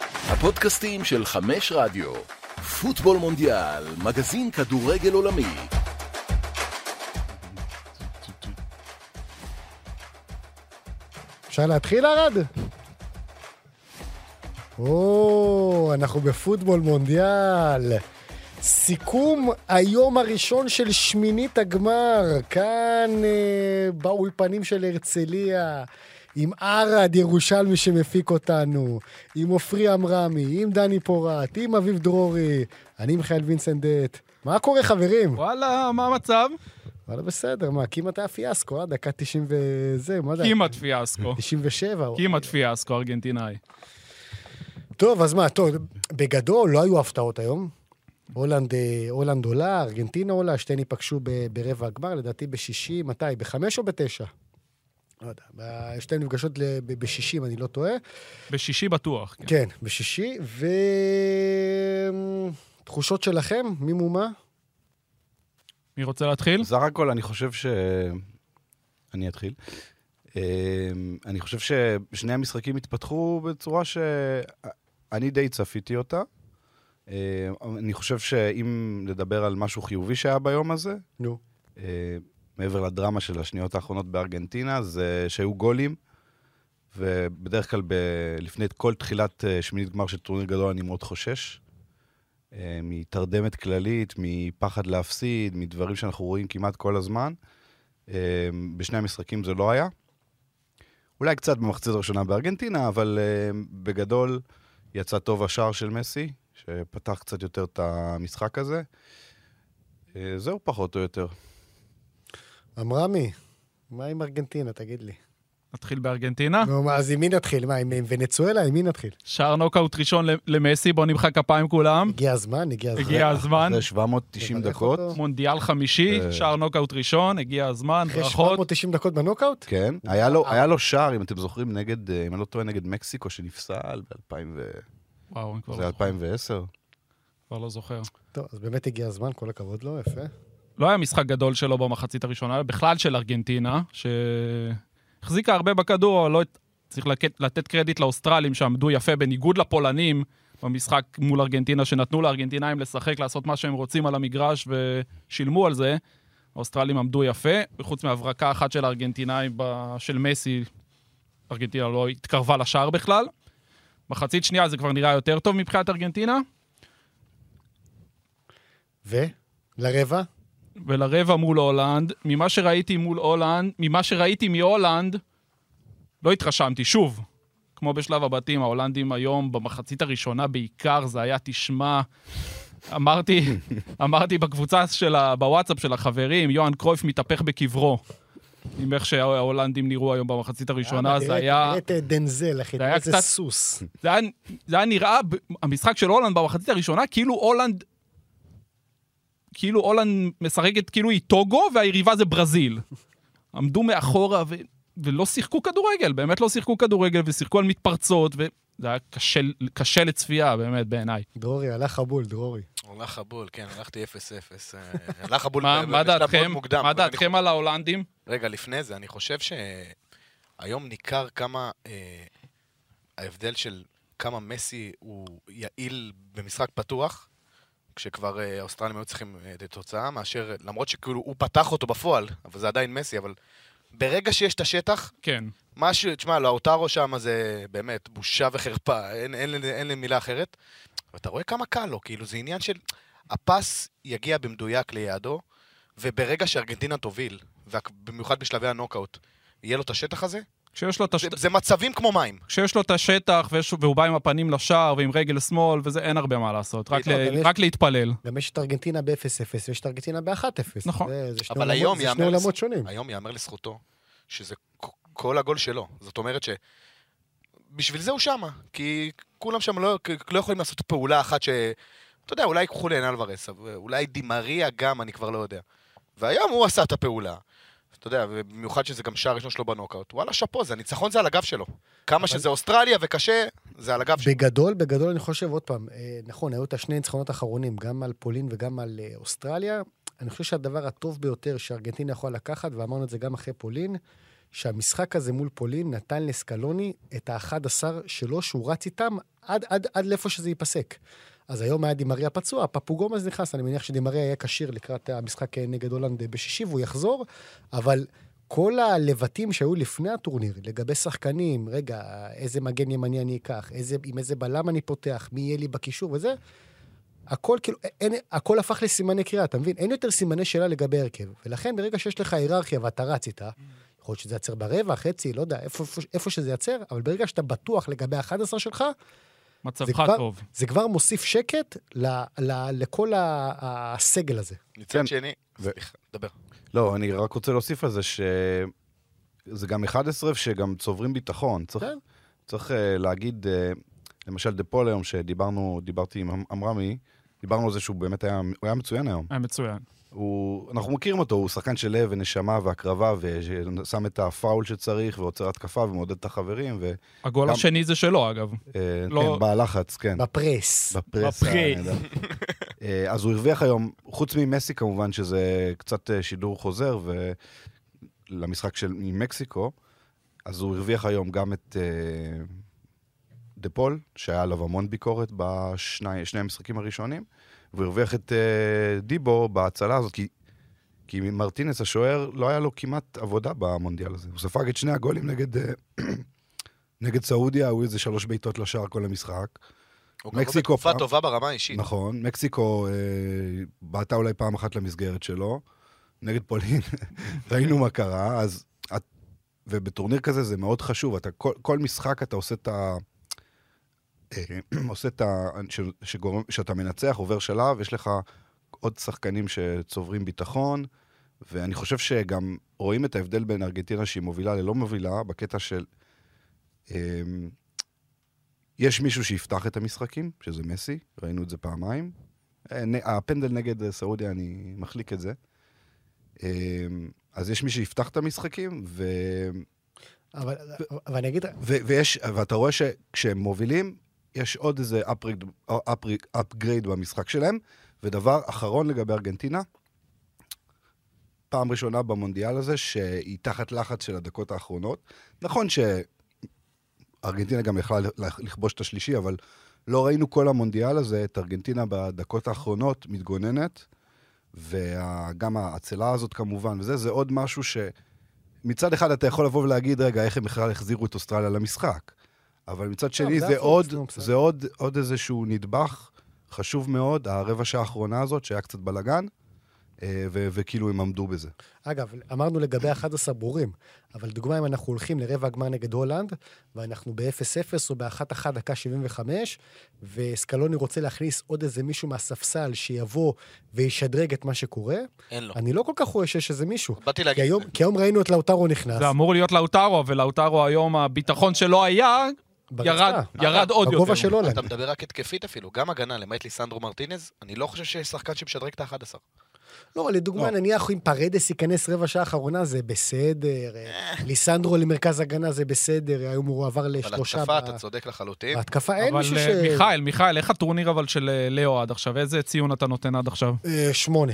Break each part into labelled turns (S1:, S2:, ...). S1: הפודקאסטים של חמש רדיו. פוטבול מונדיאל, מגזין כדורגל עולמי.
S2: אפשר להתחיל, ארד? או, אנחנו בפוטבול מונדיאל. סיכום היום הראשון של שמינית הגמר, כאן אה, באולפנים של הרצליה, עם ערד ירושלמי שמפיק אותנו, עם עופרי עמרמי, עם דני פורט, עם אביב דרורי, אני מיכאל וינסנדט. מה קורה, חברים?
S3: וואלה, מה המצב?
S2: וואלה, בסדר, מה, כמעט היה פיאסקו, אה? דקה 90 וזה, מה זה?
S3: כמעט פיאסקו.
S2: 97. או-
S3: כמעט פיאסקו, ארגנטינאי.
S2: טוב, אז מה, טוב, בגדול לא היו הפתעות היום. הולנד, אה, הולנד עולה, ארגנטינה עולה, שתיהן ייפגשו ב- ברבע הגמר, לדעתי בשישי, מתי? בחמש או בתשע? לא יודע, ב- שתיהן נפגשות ל- ב- בשישים, אני לא טועה.
S3: כן. בשישי בטוח. כן.
S2: כן, בשישי, ו... אמ, תחושות שלכם? מי מומה?
S3: מי רוצה להתחיל?
S4: בסך הכל, אני חושב ש... אני אתחיל. אמ, אני חושב ששני המשחקים התפתחו בצורה שאני די צפיתי אותה. אמ, אני חושב שאם לדבר על משהו חיובי שהיה ביום הזה,
S2: נו.
S4: אמ, מעבר לדרמה של השניות האחרונות בארגנטינה, זה שהיו גולים, ובדרך כלל ב... לפני כל תחילת אה, שמינית גמר של טורניר גדול אני מאוד חושש. אה, מתרדמת כללית, מפחד להפסיד, מדברים שאנחנו רואים כמעט כל הזמן. אה, בשני המשחקים זה לא היה. אולי קצת במחצית הראשונה בארגנטינה, אבל אה, בגדול יצא טוב השער של מסי, שפתח קצת יותר את המשחק הזה. אה, זהו פחות או יותר.
S2: עמרמי, מה עם ארגנטינה, תגיד לי?
S3: נתחיל בארגנטינה.
S2: נו, מה, אז עם מי נתחיל? מה, עם עם ונצואלה? עם מי נתחיל?
S3: שער נוקאוט ראשון ל- למסי, בוא נמחא כפיים כולם.
S2: הגיע הזמן, הגיע הזמן.
S3: הגיע הזמן.
S4: אחרי 790
S2: לברך
S4: דקות,
S2: אותו.
S3: מונדיאל חמישי,
S4: אה.
S3: שער נוקאוט ראשון, הגיע הזמן,
S2: אחרי
S3: ברכות.
S2: 790 דקות בנוקאוט?
S4: כן. היה לו, היה לו שער, אם אתם זוכרים, נגד, אה, אם אני לא טועה, נגד מקסיקו, שנפסל ב-2000 ו...
S3: וואו, אני כבר לא
S4: זה
S3: זוכר,
S4: 2010.
S3: כבר לא זוכר.
S2: טוב, אז באמת הגיע הזמן, כל הכבוד לו, יפה.
S3: לא היה משחק גדול שלו במחצית הראשונה, בכלל של ארגנטינה, שהחזיקה הרבה בכדור, אבל לא... צריך לק- לתת קרדיט לאוסטרלים שעמדו יפה, בניגוד לפולנים, במשחק מול ארגנטינה, שנתנו לארגנטינאים לשחק, לעשות מה שהם רוצים על המגרש, ושילמו על זה. האוסטרלים עמדו יפה, וחוץ מהברקה אחת של הארגנטינאים, ב- של מסי, ארגנטינה לא התקרבה לשער בכלל. מחצית שנייה זה כבר נראה יותר טוב מבחינת ארגנטינה.
S2: ו? לרבע?
S3: ולרבע מול הולנד, ממה שראיתי מול הולנד, ממה שראיתי מהולנד, לא התרשמתי. שוב, כמו בשלב הבתים, ההולנדים היום, במחצית הראשונה בעיקר, זה היה, תשמע, אמרתי, אמרתי בקבוצה של ה... בוואטסאפ של החברים, יוהאן קרויף מתהפך בקברו. עם איך שההולנדים נראו היום במחצית הראשונה,
S2: יאללה,
S3: זה
S2: תראה-
S3: היה...
S2: תראה את אה, דנזל, אחי,
S3: זה
S2: תראה
S3: היה
S2: איזה
S3: קצת-
S2: סוס.
S3: זה היה, זה היה נראה, ב- המשחק של הולנד במחצית הראשונה, כאילו הולנד... כאילו הולנד משחקת כאילו היא טוגו והיריבה זה ברזיל. עמדו מאחורה ו, ולא שיחקו כדורגל, באמת לא שיחקו כדורגל ושיחקו על מתפרצות וזה היה קשה, קשה לצפייה באמת בעיניי.
S2: דרורי, הלך חבול, דרורי.
S5: הלך הבול, כן, הלכתי 0-0. אה, הלך הבול
S3: מה,
S5: ב-
S3: מה
S5: בשלב
S3: דעתכם,
S5: מאוד מוקדם.
S3: מה
S5: אבל אני
S3: דעתכם על ההולנדים?
S5: חו- רגע, לפני זה, אני חושב שהיום ניכר כמה אה, ההבדל של כמה מסי הוא יעיל במשחק פתוח, כשכבר אה, האוסטרלים היו צריכים אה, את התוצאה, מאשר, למרות שכאילו הוא פתח אותו בפועל, אבל זה עדיין מסי, אבל ברגע שיש את השטח,
S3: כן.
S5: משהו, תשמע, לאוטרו שם זה באמת בושה וחרפה, אין, אין, אין, אין לי מילה אחרת. ואתה רואה כמה קל לו, כאילו זה עניין של... הפס יגיע במדויק ליעדו, וברגע שארגנטינה תוביל, ובמיוחד בשלבי הנוקאוט, יהיה לו את השטח הזה,
S3: כשיש לו את
S5: זה,
S3: השט...
S5: זה מצבים כמו מים.
S3: כשיש לו את השטח ויש, והוא בא עם הפנים לשער ועם רגל שמאל וזה, אין הרבה מה לעשות, רק, ל... רק להתפלל.
S2: גם יש את ארגנטינה ב-0-0 ויש את ארגנטינה ב-1-0.
S3: נכון.
S2: זה, זה שני
S5: אבל
S2: עולמות-
S5: היום
S2: זה שני
S5: יאמר-
S2: עולמות שונים.
S4: כן.
S5: היום יאמר לזכותו שזה כ- כל הגול שלו. זאת אומרת ש... בשביל זה הוא שמה, כי כולם שם לא, לא יכולים לעשות פעולה אחת ש... אתה יודע, אולי ייקחו לעין אלוורס, אבל אולי דימריה גם, אני כבר לא יודע. והיום הוא עשה את הפעולה. אתה יודע, ובמיוחד שזה גם שער ראשון שלו בנוקאוט. וואלה, שאפו, זה הניצחון זה על הגב שלו. כמה שזה אוסטרליה וקשה, זה על הגב שלו.
S2: בגדול, בגדול אני חושב, עוד פעם, אה, נכון, היו את השני ניצחונות האחרונים, גם על פולין וגם על אה, אוסטרליה. אני חושב שהדבר הטוב ביותר שארגנטינה יכולה לקחת, ואמרנו את זה גם אחרי פולין, שהמשחק הזה מול פולין נתן לסקלוני את ה-11 שלו, שהוא רץ איתם עד, עד, עד לאיפה שזה ייפסק. אז היום היה דימריה פצוע, פפוגומז נכנס, אני מניח שדימריה יהיה כשיר לקראת המשחק אה, נגד הולנד בשישי והוא יחזור, אבל כל הלבטים שהיו לפני הטורניר, לגבי שחקנים, רגע, איזה מגן ימני אני אקח, איזה, עם איזה בלם אני פותח, מי יהיה לי בקישור וזה, הכל כאילו, אין, הכל הפך לסימני קריאה, אתה מבין? אין יותר סימני שאלה לגבי הרכב. ולכן ברגע שיש לך היררכיה ואתה רץ איתה, יכול להיות שזה ייצר ברבע, חצי, לא יודע, איפה, איפה, איפה שזה ייצר, אבל ברגע שאתה בטוח לגבי ה-11 שלך, זה
S3: מצבך
S2: כבר,
S3: טוב.
S2: זה כבר מוסיף שקט ל, ל, לכל ה- ה- הסגל הזה.
S5: מצד שני,
S4: כן. ו-
S5: סליחה, דבר.
S4: לא, אני רק רוצה להוסיף על זה ש... זה גם 11 שגם צוברים ביטחון. צריך,
S2: כן.
S4: צריך אה, להגיד, אה, למשל דה פול היום, שדיברנו, דיברתי עם עמרמי, דיברנו על זה שהוא באמת היה, הוא היה מצוין היום.
S3: היה אה, מצוין.
S4: הוא, אנחנו מכירים אותו, הוא שחקן של לב ונשמה והקרבה, ושם את הפאול שצריך, ועוצר התקפה, ומעודד את החברים, ו...
S3: הגול
S4: גם-
S3: השני זה שלו, אגב.
S4: אה,
S3: לא-
S4: כן, בלחץ, כן.
S2: בפרס.
S4: בפרס.
S3: בפרי.
S4: הנהדר. אה, אז הוא הרוויח היום, חוץ ממסי כמובן, שזה קצת אה, שידור חוזר ו- למשחק של עם מקסיקו, אז הוא הרוויח היום גם את אה, דה פול, שהיה עליו המון ביקורת בשני שני המשחקים הראשונים, והוא הרוויח את אה, דיבו בהצלה הזאת, כי... כי מרטינס השוער, לא היה לו כמעט עבודה במונדיאל הזה. הוא ספג את שני הגולים נגד, אה, נגד סעודיה, היו איזה שלוש בעיטות לשער כל המשחק.
S5: הוא גם לא
S4: מקסיקו
S5: בתקופה
S4: פעם-
S5: טובה ברמה האישית.
S4: נכון, מקסיקו אה, בעטה אולי פעם אחת למסגרת שלו, נגד פולין, ראינו מה קרה, אז... את, ובטורניר כזה זה מאוד חשוב, אתה, כל, כל משחק אתה עושה את ה... אה, עושה את ה... ש, שגורם, שאתה מנצח, עובר שלב, יש לך עוד שחקנים שצוברים ביטחון, ואני חושב שגם רואים את ההבדל בין ארגנטינה שהיא מובילה ללא מובילה, בקטע של... אמ, יש מישהו שיפתח את המשחקים, שזה מסי, ראינו את זה פעמיים. אה, נ- הפנדל נגד אה, סעודיה, אני מחליק את זה. אמ, אז יש מי שיפתח את המשחקים, ו...
S2: אבל, אבל אני אגיד,
S4: ו- ויש, ואתה רואה שכשהם מובילים, יש עוד איזה upgrade- upgrade- upgrade במשחק שלהם. ודבר אחרון לגבי ארגנטינה, פעם ראשונה במונדיאל הזה שהיא תחת לחץ של הדקות האחרונות. נכון שארגנטינה גם יכלה לכ- לכבוש את השלישי, אבל לא ראינו כל המונדיאל הזה את ארגנטינה בדקות האחרונות מתגוננת, וגם ההצלה הזאת כמובן, וזה, זה עוד משהו ש... מצד אחד אתה יכול לבוא ולהגיד, רגע, איך הם בכלל החזירו את אוסטרליה למשחק? אבל מצד שני,
S2: לא, זה
S4: זה,
S2: הפוקס,
S4: עוד,
S2: נו, בסדר.
S4: זה עוד, עוד איזשהו נדבך חשוב מאוד, הרבע שעה האחרונה הזאת, שהיה קצת בלאגן, אה, ו- וכאילו הם עמדו בזה.
S2: אגב, אמרנו לגבי 11 ברורים, אבל דוגמה אם אנחנו הולכים לרבע הגמר נגד הולנד, ואנחנו ב-0-0 או ב-1-1 דקה 75, וסקלוני רוצה להכניס עוד איזה מישהו מהספסל שיבוא וישדרג את מה שקורה,
S5: אין
S4: נכון.
S5: לו.
S2: אני לא כל כך רואה שיש איזה מישהו.
S5: באתי
S2: כי
S5: להגיד את
S2: היום,
S5: זה.
S2: כי היום ראינו את לאוטרו נכנס.
S3: זה אמור להיות לאוטרו, ולאוטרו היום, הביטחון שלו היה,
S2: ברצפה.
S3: ירד ירד עוד יותר.
S2: בגובה של הולנד.
S5: אתה מדבר רק התקפית אפילו, גם הגנה, למעט ליסנדרו מרטינז, אני לא חושב שיש שחקן שמשדרג את ה-11.
S2: לא, לדוגמה, נניח אם פרדס ייכנס רבע שעה אחרונה, זה בסדר. ליסנדרו למרכז הגנה זה בסדר, היום הוא עבר
S5: אבל
S2: לשלושה.
S5: התקפה,
S2: ב-
S5: אתה צודק לחלוטין.
S2: בהתקפה אין
S3: אבל
S2: מישהו ש...
S3: אה, מיכאל, מיכאל, איך הטורניר אבל של אה, לאו עד עכשיו? איזה ציון אתה נותן עד עכשיו?
S2: אה, שמונה.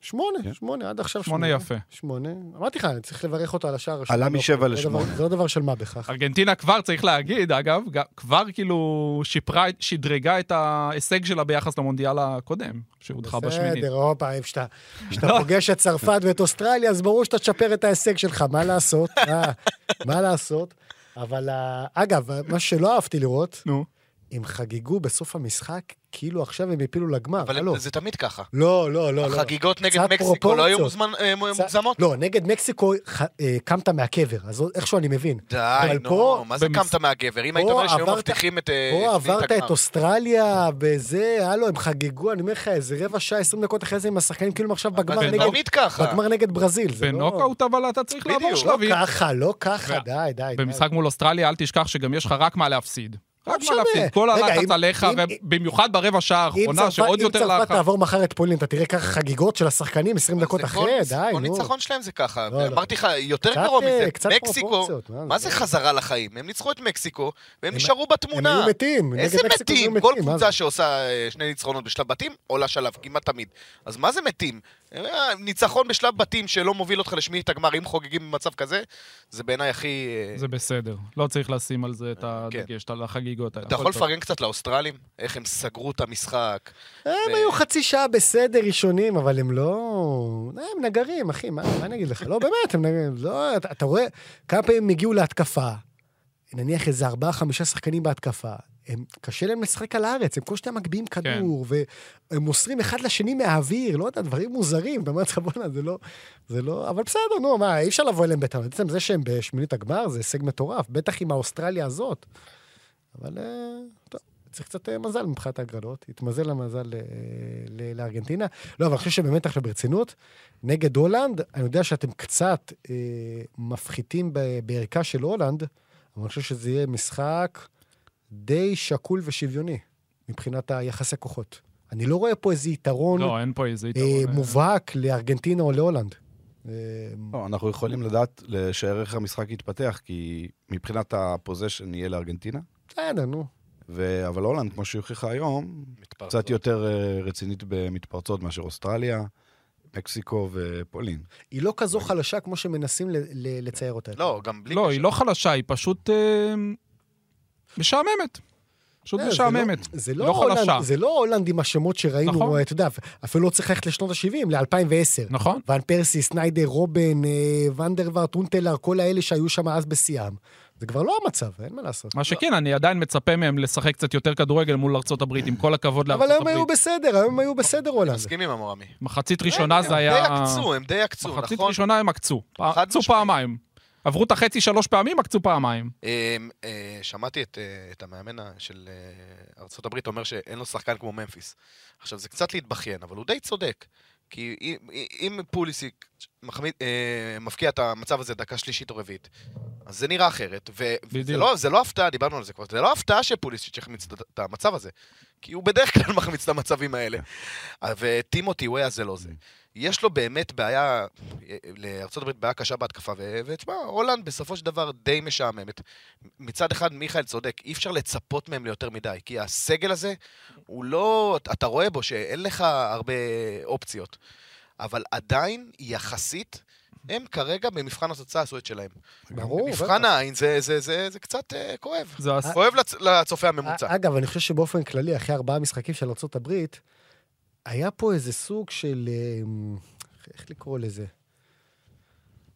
S2: שמונה,
S4: כן.
S2: שמונה, עד עכשיו
S3: שמונה
S2: שמונה.
S3: יפה.
S2: שמונה. אמתי לך, אני צריך לברך אותו על השער הראשון.
S4: עלה
S2: לא,
S4: משבע
S2: זה לא
S4: לשמונה.
S2: דבר- זה לא דבר של מה בכך.
S3: ארגנטינה כבר, צריך להגיד, אגב, ג- כבר כאילו שיפרה, שדרגה את ההישג שלה ביחס למונדיאל הקודם, שהודחה בשמינית.
S2: בסדר, הופה, כשאתה כשאתה פוגש את צרפת ואת אוסטרליה, אז ברור שאתה תשפר את ההישג שלך, מה לעשות? אה, מה לעשות? אבל אה, אגב, מה שלא אהבתי לראות,
S3: נו.
S2: הם חגגו בסוף המשחק, כאילו עכשיו הם הפילו לגמר. הלו.
S5: אבל זה תמיד ככה.
S2: לא, לא, לא. לא.
S5: החגיגות נגד
S2: קצת
S5: מקסיקו לא היו
S2: פרופורציות.
S5: מוזמן- אה,
S2: קצת-
S5: מוגזמות.
S2: לא, נגד מקסיקו ח- אה, קמת מהקבר, אז איכשהו אני מבין.
S5: די,
S2: אבל פה-
S5: נו, מה זה
S3: במס-
S5: קמת מהגבר? אם היית
S2: פה
S5: אומר שהיו
S2: עברת-
S5: מבטיחים את... אה,
S2: פה
S5: את
S2: עברת
S5: הגמר.
S2: את אוסטרליה בזה, הלו, הם חגגו, אני אומר לך, איזה רבע שעה, 20 דקות אחרי זה עם השחקנים, כאילו הם עכשיו בגמר
S5: אבל זה
S2: נגד-
S5: תמיד ככה.
S2: בגמר נגד ברזיל. זה לא-
S3: בנוקאוט אבל אתה צריך
S5: בדיוק.
S3: לעבור
S5: לא
S2: לא
S3: שלבים.
S2: ככה, לא ככה,
S3: ו-
S2: די, די. די.
S3: במשחק מול אוסטרליה, אל תשכח שגם יש לך רק מה להפסיד.
S2: לא
S3: רק מה
S2: משנה.
S3: להפסיד. כל
S2: רגע,
S3: הלחץ
S2: אם-
S3: עליך,
S2: אם-
S3: ובמיוחד ברבע שעה
S2: אם
S3: האחרונה,
S2: צרפת
S3: שעוד
S2: אם
S3: יותר
S2: צרפת
S3: לחץ.
S2: תעבור מחר את פולין, אתה תראה ככה חגיגות של השחקנים 20
S5: אבל
S2: דקות
S5: זה
S2: אחרי,
S5: כל-
S2: די, נו.
S5: כל ניצחון שלהם זה ככה.
S2: לא, לא.
S5: אמרתי לך, יותר
S2: קצת,
S5: גרוע מזה.
S2: אה, קצת
S5: מקסיקו,
S2: פרופורציות, מה זה?
S5: מה זה חזרה לחיים? הם ניצחו את מקסיקו, והם
S2: הם-
S5: נשארו
S2: הם
S5: בתמונה.
S2: היו מתים, נגד
S5: איזה
S2: מקסיקו הם היו
S5: מתים? כל
S2: מתים, מה
S5: קבוצה
S2: זה?
S5: שעושה אה, שני ניצחונות בשלב בתים, עולה שלב, כמעט תמיד. אז מה זה מתים? אה, ניצחון בשלב בתים שלא מוביל אותך לשמינית הגמר, אם חוגגים במצב כזה, זה בעיניי הכי... אה,
S3: זה בסדר, לא צריך לשים על זה את
S5: כן.
S3: הדגש, על החגיגות. בליגות האלה.
S5: אתה
S3: הכל
S5: יכול
S3: טוב.
S5: לפרגן קצת לאוסטרלים? איך הם סגרו את המשחק?
S2: הם
S5: ו-
S2: היו חצי שעה בסדר ראשונים, אבל הם לא... הם נגרים, אחי, מה מה אני אגיד לך? לא, באמת, הם נגרים. לא, אתה אתה רואה, כמה פעמים הם הגיעו להתקפה, נניח איזה ארבעה, חמישה שחקנים בהתקפה. הם, קשה להם לשחק על הארץ, הם כל שניה מגביהים כדור, והם מוסרים אחד לשני מהאוויר, לא יודע, דברים מוזרים. אתה אומר לך, בואנה, זה לא... זה לא... אבל בסדר, נו, מה, אי אפשר לבוא אליהם בטענות. עצם זה שהם בשמינית הגמר, זה הישג מטורף, בטח עם האוסטרליה הזאת. אבל אה, טוב, צריך קצת אה, מזל מבחינת ההגרלות. התמזל המזל אה, ל- לארגנטינה. לא, אבל אני חושב שבאמת עכשיו ברצינות, נגד הולנד, אני יודע שאתם קצת אה, מפחיתים ב- בערכה של הולנד, אבל אני חושב שזה יהיה משחק די שקול ושוויוני מבחינת היחסי כוחות. אני לא רואה פה איזה יתרון
S3: לא, אין פה איזה
S2: אה,
S3: יתרון.
S2: מובהק לארגנטינה או להולנד. אה,
S4: לא, אנחנו יכולים לדעת, לשער איך המשחק יתפתח, כי מבחינת הפוזיישן יהיה לארגנטינה,
S2: בסדר, נו.
S4: ו... אבל הולנד, כמו שהיא הוכיחה היום,
S5: מתפרצות.
S4: קצת יותר אה, רצינית במתפרצות מאשר אוסטרליה, מקסיקו ופולין.
S2: היא לא כזו חלשה כמו שמנסים ל- ל- לצייר אותה.
S5: לא, גם בלי...
S3: לא,
S5: קשר.
S3: היא לא חלשה, היא פשוט אה, משעממת. פשוט
S2: אה, זה
S3: משעממת.
S2: לא- זה לא
S3: לא
S2: הולנד,
S3: חלשה.
S2: זה לא הולנד עם השמות שראינו, אה,
S3: נכון.
S2: אתה יודע, אפילו לא צריך ללכת לשנות ה-70, ל-2010.
S3: נכון.
S2: ון פרסי, סניידר, רובן, אה, ונדרווארט, טונטלר, כל האלה שהיו שם אז בשיאם. זה כבר לא המצב, אין מה לעשות.
S3: מה שכן, אני עדיין מצפה מהם לשחק קצת יותר כדורגל מול ארצות הברית, עם כל הכבוד לארצות
S2: אבל היום היו
S3: הברית.
S2: בסדר, היום היו בסדר הולנד.
S5: מסכים עם המורמי.
S3: מחצית לא- ראשונה זה
S5: הם
S3: היה...
S5: די עקצו, הם די עקצו,
S3: מחצית
S5: נכון?
S3: ראשונה הם עקצו.
S5: חד
S3: עקצו
S5: משמעית.
S3: פעמיים. עברו את החצי שלוש פעמים, עקצו פעמיים.
S5: אה, אה, שמעתי את, אה, את המאמן ה- של אה, ארצות הברית אומר שאין לו שחקן כמו ממפיס. עכשיו, זה קצת להתבכיין, אבל הוא די צודק. כי אם, אם פוליסיק מחמיד, אה, מפקיע את המצב הזה דקה שלישית או רביעית, אז זה נראה אחרת. ו- וזה
S3: בדיוק.
S5: לא, זה לא הפתעה, דיברנו על זה כבר, זה לא הפתעה שפוליסיק החמיץ את- את המצב הזה. כי הוא בדרך כלל מחמיץ את המצבים האלה. אה, וטימותי וויה זה לא זה. יש לו באמת בעיה, אה, לארה"ב בעיה קשה בהתקפה, ו- ותשמע, הולנד בסופו של דבר די משעממת. מצד אחד, מיכאל צודק, אי אפשר לצפות מהם ליותר מדי, כי הסגל הזה, הוא לא, אתה רואה בו שאין לך הרבה אופציות, אבל עדיין, יחסית, הם כרגע במבחן התוצאה עשו את שלהם.
S2: ברור.
S5: מבחן
S2: בטח.
S5: העין זה, זה, זה, זה קצת אה, כואב.
S3: זה הס-
S5: כואב לצ- לצופה הממוצע.
S2: אה, אגב, אני חושב שבאופן כללי, אחרי ארבעה משחקים של ארה"ב, היה פה איזה סוג של, אמ, איך לקרוא לזה?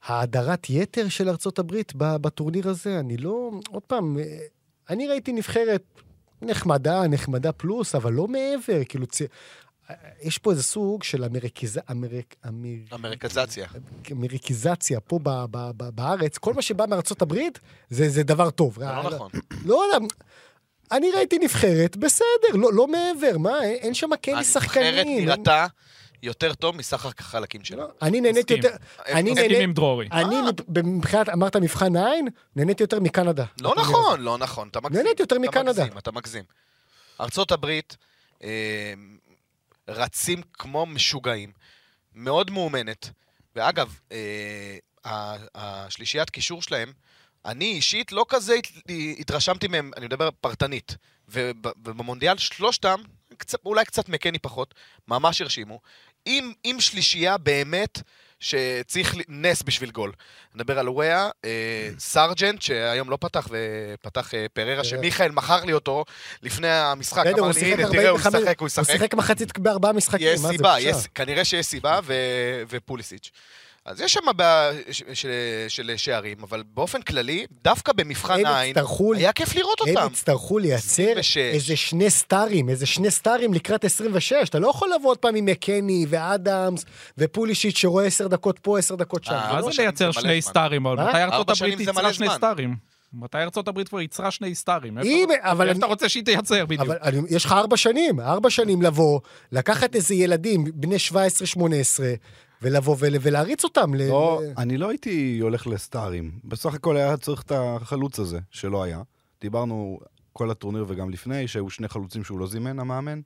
S2: האדרת יתר של ארה"ב ב- בטורניר הזה. אני לא, עוד פעם, אה, אני ראיתי נבחרת נחמדה, נחמדה פלוס, אבל לא מעבר. כאילו, צי... אה, יש פה איזה סוג של אמריקז... אמריק... אמריק...
S5: אמריקזציה.
S2: אה, אמריקיזציה פה ב- ב- ב- בארץ. כל מה שבא מארצות הברית זה, זה דבר טוב.
S5: זה לא נכון.
S2: לא יודע, אני ראיתי נבחרת, בסדר, לא, לא מעבר, מה, אין, אין שם
S5: אה,
S2: כן
S5: הנבחרת
S2: שחקנים.
S5: נראתה יותר טוב מסך החלקים שלה.
S2: לא, אני נהניתי
S3: מסכים.
S2: יותר,
S5: הם
S2: אני
S3: מסכים
S2: נהנה-
S3: עם דרורי.
S2: אני
S5: אה.
S2: מב- מבחינת, אמרת מבחן העין, נהניתי יותר מקנדה.
S5: לא נכון, לא נכון, אתה מגזים.
S2: נהניתי יותר
S5: אתה
S2: מקנדה.
S5: מגזים, אתה מגזים. ארצות הברית אה, רצים כמו משוגעים, מאוד מאומנת, ואגב, אה, ה- השלישיית קישור שלהם, אני אישית לא כזה הת- התרשמתי מהם, אני מדבר פרטנית, וב- ובמונדיאל שלושתם, קצת, אולי קצת מקני פחות, ממש הרשימו, עם, עם שלישייה באמת שצריך ל- נס בשביל גול. נדבר על וויה, אה, סרג'נט, שהיום לא פתח, ופתח אה, פררה, שמיכאל מכר לי אותו לפני המשחק,
S2: בסדר,
S5: אמר
S2: הוא
S5: לי,
S2: שיחק
S5: הנה, תראה, הוא
S2: 45,
S5: ישחק, הוא
S2: הוא
S5: ישחק.
S2: שיחק מחצית בארבעה משחקים,
S5: יש
S2: מה זה,
S5: סיבה,
S2: בושה.
S5: יש, כנראה שיש סיבה, ו, ופוליסיץ'. אז יש שם בעיה ש- של, של שערים, אבל באופן כללי, דווקא במבחן
S2: הם
S5: העין,
S2: יצטרכו-
S5: היה כיף לראות
S2: הם
S5: אותם.
S2: יצטרכו לייצר
S5: 26.
S2: איזה שני סטארים, איזה שני סטארים לקראת 26. אתה לא יכול לבוא עוד פעם עם מקני ואדמס ופולישיט שרואה עשר דקות פה, עשר דקות שם.
S5: אה,
S2: זה
S3: מה
S2: לא-
S3: זה
S5: ארבע שנים
S3: לייצר
S5: זה מלא
S3: שני
S5: זמן.
S3: סטארים?
S2: אה?
S3: אבל מתי ארצות
S5: ארבע שנים
S3: הברית
S5: זה מלא
S3: ייצרה שני
S5: זמן.
S3: סטארים? מתי ארצות הברית כבר ייצרה שני סטארים? איפה-
S2: אם- אבל
S3: איפה
S2: אני-
S3: אתה רוצה שהיא תייצר בדיוק?
S2: אבל אני, יש לך ארבע שנים, ארבע שנים לבוא, לקחת איזה ילדים בני 17-18, ולבוא ול, ולהריץ אותם. ל,
S4: לא,
S2: ל-
S4: אני לא הייתי הולך לסטארים. בסך הכל היה צריך את החלוץ הזה, שלא היה. דיברנו כל הטורניר וגם לפני, שהיו שני חלוצים שהוא לא זימן, המאמן.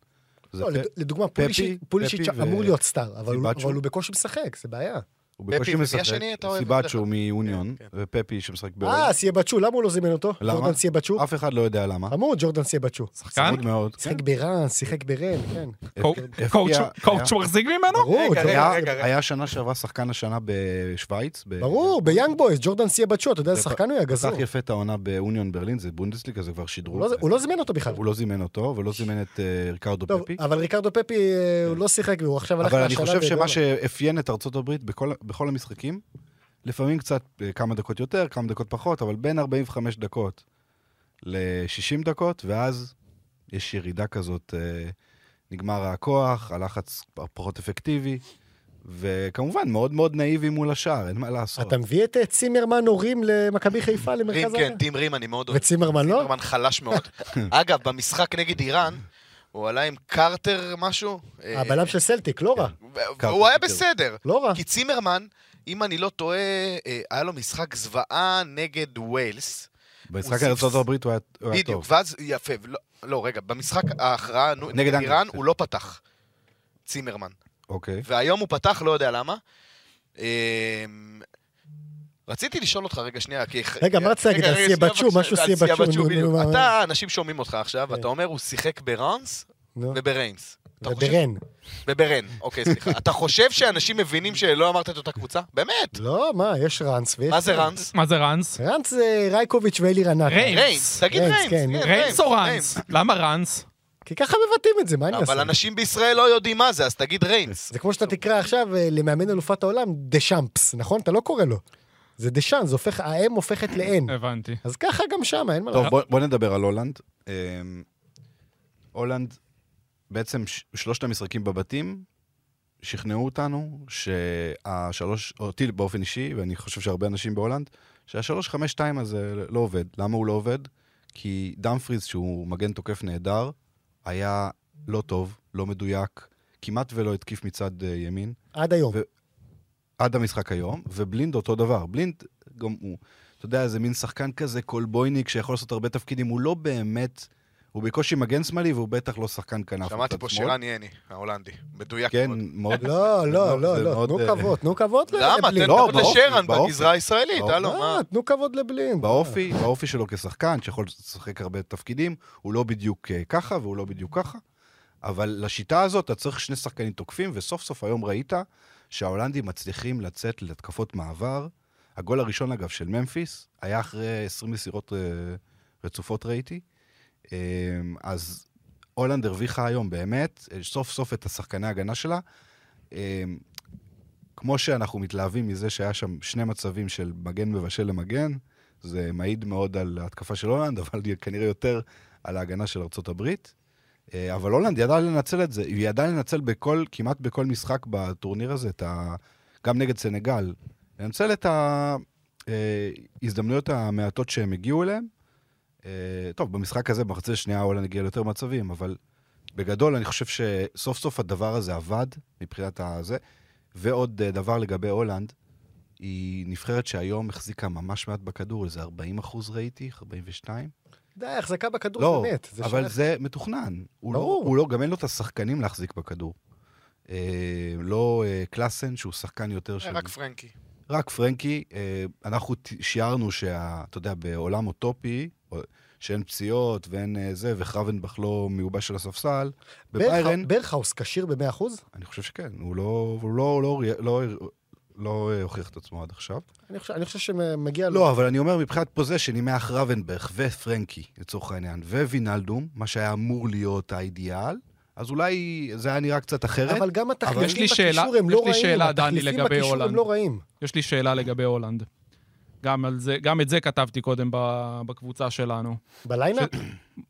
S4: זה
S2: לא,
S4: פ-
S2: לד- לדוגמה,
S4: פפי-
S2: פולישיץ' פולישיץ'
S4: פפי ו-
S2: אמור להיות סטאר, אבל, הוא-
S4: סיבצ'ו.
S2: אבל הוא בקושי משחק, זה בעיה.
S4: הוא
S5: פפי
S4: בקושי
S5: מביא
S4: משחק,
S5: השני, אתה אוהב
S4: סיבת
S5: בדרך
S4: שהוא
S5: כלל.
S4: מיוניון,
S5: כן, כן.
S4: ופפי שמשחק באור.
S2: אה, סייבצ'ו, למה הוא לא זימן אותו?
S4: למה?
S2: ג'ורדן סייבצ'ו?
S4: אף כן. אחד לא יודע למה.
S5: כן?
S2: חמוד, ג'ורדן סייבצ'ו.
S3: שחקן?
S4: חמוד מאוד.
S2: שיחק ברן, שיחק ברן, כן.
S3: קו-
S4: הפקיע-
S3: קואוצ'-
S4: היה-
S3: קואוצ' מחזיק
S4: לא,
S3: ממנו?
S2: ברור,
S5: רגע,
S2: ג'ורדן-
S4: היה-
S5: רגע, רגע.
S4: היה שנה שעברה שחקן השנה בשוויץ. ב-
S2: ברור, ביאנג בויז, ג'ורדן סייבצ'ו, אתה יודע איזה
S4: זה
S2: שחקן הוא היה גזור.
S4: פתח יפה את העונה באוניון ברלין, זה בונדסליגה, זה כבר
S2: הוא
S4: שידרו.
S2: לא-
S4: את זה.
S2: הוא לא זימן אותו בכלל.
S4: הוא לא זימן אותו, ולא זימן את אה, ריקרדו
S2: טוב,
S4: פפי. כן.
S2: אבל ריקרדו פפי, אה, הוא לא שיחק, והוא עכשיו הלך
S4: אבל
S2: להשאלה.
S4: אני חושב
S2: בדולר.
S4: שמה שאפיין את ארצות הברית בכל, בכל המשחקים, לפעמים קצת אה, כמה דקות יותר, כמה דקות פחות, אבל בין 45 דקות ל-60 דקות, ואז יש ירידה כזאת, אה, נגמר הכוח, הלחץ כבר פחות אפקטיבי, וכמובן, מאוד מאוד נאיבי מול השאר, אין מה לעשות.
S2: אתה מביא את אה, צימרמן הורים למכבי חיפה,
S5: רים,
S2: למרכז
S5: כן, טים רים, אני מאוד אוהב.
S2: וצימרמן לא?
S5: צימרמן חלש מאוד. אגב, במשחק נגד איראן, הוא עלה עם קרטר משהו. אה,
S2: הבלם של סלטיק, לא רע,
S5: ו-
S4: קרטר
S5: הוא היה
S4: בדיוק. אה.
S5: בסדר.
S2: לא רע.
S5: כי צימרמן, אם אני לא טועה, אה, היה לו משחק זוועה נגד ווילס. הוא
S4: במשחק
S5: זיפס.
S4: ארצות הברית הוא היה- הוא היה
S5: בדיוק,
S4: טוב.
S5: ואז, יפה, ולא- לא, רגע, במשחק ההכרעה נו-
S4: נגד
S5: נגד
S4: אנגליה,
S5: איראן
S4: כן.
S5: הוא לא פתח. צימרמן.
S4: אוקיי.
S5: והיום הוא פתח, לא יודע למה. אמ, רציתי לשאול אותך רגע שנייה, כי...
S2: רגע, מה רצית להגיד? על
S5: רגע,
S2: סייבצ'ו,
S5: שנייה, בבקשה,
S2: משהו
S5: על
S2: סייבצ'ו, נו,
S5: בדיוק.
S2: נו, מה-
S5: אתה, אנשים שומעים אותך עכשיו,
S2: כן. אה.
S5: ואתה אומר, הוא שיחק בראנס
S2: נו,
S5: ובריימס. אתה חושב-
S2: וברן.
S5: וברן, אוקיי, סליחה. אתה חושב שאנשים מבינים שלא אמרת את אותה קבוצה? באמת.
S2: לא, מה, יש ראנס ויש...
S5: מה זה ראנס?
S3: מה זה ראנס?
S2: ראנס זה רייקוביץ' ואלי רנטה.
S3: ריי.
S5: ריינס, תגיד
S2: ריינס,
S5: ריינס.
S2: כן.
S5: כן,
S3: ריינס או ראנס? למה ראנס?
S2: כי ככה מבטאים את זה, מה אני אעשה?
S5: אבל אנשים בישראל לא יודעים מה זה, אז תגיד ריינס.
S2: זה כמו שאתה תקרא עכשיו אה, למאמן אלופת העולם, דה שמפס, נכון? אתה לא קורא לו. זה דה שאן, זה הופך, האם הופכת לאן.
S3: הבנתי.
S2: אז ככה גם שם, אין מה
S4: טוב,
S2: לעשות.
S4: בוא, בוא נדבר על הולנד. אמ, הולנד, בעצם ש- שלושת המשחקים בבתים שכנעו אותנו שהשלוש, אותי באופן אישי, ואני חושב שהרבה אנשים בהולנד, שהשלוש, חמש, שתיים הזה לא עובד. למה הוא לא עובד? כי דמפריז, שהוא מגן תוקף נהדר, היה לא טוב, לא מדויק, כמעט ולא התקיף מצד אה, ימין.
S2: עד היום.
S4: ו- עד המשחק היום, ובלינד אותו דבר. בלינד גם הוא, אתה יודע, זה מין שחקן כזה קולבויניק שיכול לעשות הרבה תפקידים, הוא לא באמת, הוא בקושי מגן שמאלי והוא בטח לא שחקן כנף.
S5: שמעתי
S4: מצד
S5: פה
S4: שמאל.
S5: שרן יני, ההולנדי. מדויק
S4: כן, מאוד.
S5: מאוד.
S2: לא, לא,
S4: זה
S2: לא, לא,
S4: מאוד,
S2: תנו
S4: אה,
S2: כבוד, תנו כבוד
S5: למה? תן
S2: לבלינד.
S4: לא,
S5: כבוד
S4: באופי,
S5: לשרן
S4: באופי.
S5: בגזרה הישראלית,
S4: באופי.
S5: הלו, מה?
S2: אה, תנו כבוד לבלינד.
S4: באופי, באופי שלו כשחקן, שיכול לשחק הרבה תפקידים, הוא לא בדיוק אה, ככה והוא לא בדיוק ככה. אבל לשיטה הזאת אתה צריך שני שחקנים תוקפים, וסוף סוף היום ראית שההולנדים מצליחים לצאת להתקפות מעבר. הגול הראשון, אגב, של ממפיס, היה אחרי 20 מסירות אה, רצופות ראיתי. אה, אז הולנד הרוויחה היום באמת, אה, סוף סוף את השחקני ההגנה שלה. אה, כמו שאנחנו מתלהבים מזה שהיה שם שני מצבים של מגן מבשל למגן, זה מעיד מאוד על ההתקפה של הולנד, אבל כנראה יותר על ההגנה של ארצות הברית. אה, אבל הולנד ידעה לנצל את זה, היא ידעה לנצל בכל, כמעט בכל משחק בטורניר הזה, את ה... גם נגד סנגל, לנצל את אה, ההזדמנויות המעטות שהם הגיעו אליהן. אה, טוב, במשחק הזה, במחצית השנייה הולנד הגיעה ליותר מצבים, אבל בגדול אני חושב שסוף סוף הדבר הזה עבד מבחינת הזה. ועוד אה, דבר לגבי הולנד, היא נבחרת שהיום החזיקה ממש מעט בכדור, איזה 40 אחוז ראיתי, 42.
S2: די, החזקה בכדור
S4: לא,
S2: זה נט. זה
S4: אבל
S2: שייך.
S4: זה מתוכנן. הוא לא,
S2: ברור.
S4: הוא לא, גם אין לו את השחקנים להחזיק בכדור. אה, לא אה, קלאסן, שהוא שחקן יותר של...
S5: רק פרנקי.
S4: רק פרנקי, אה, אנחנו ת- שיערנו שה... אתה יודע, בעולם אוטופי, או- שאין פציעות ואין אה, זה, וחרבנבך לא מיובש על הספסל,
S2: ברכ-
S4: בביירן,
S2: ברכהאוס כשיר ב-100%?
S4: אני חושב שכן, הוא לא... הוא לא, לא, לא, לא, לא אה, הוכיח את עצמו עד עכשיו.
S2: אני חושב- אני חושב שמגיע לו.
S4: לא, אבל אני אומר מבחינת פוזיישן, עם מאח רבנבך ופרנקי, לצורך העניין, ווינלדום, מה שהיה אמור להיות האידיאל, אז אולי זה היה נראה קצת אחרת.
S2: אבל גם
S3: יש לי
S2: התחליפים
S3: שאלה-
S2: בקישור הם
S3: יש
S2: לא
S3: לי
S2: רעים.
S3: שאלה, דני,
S2: התחליפים
S3: לגבי
S2: בקישור הם
S3: הולנד.
S2: לא רעים.
S3: יש לי שאלה לגבי הולנד. גם, על זה, גם את זה כתבתי קודם ב- בקבוצה שלנו.
S2: בליינאפ?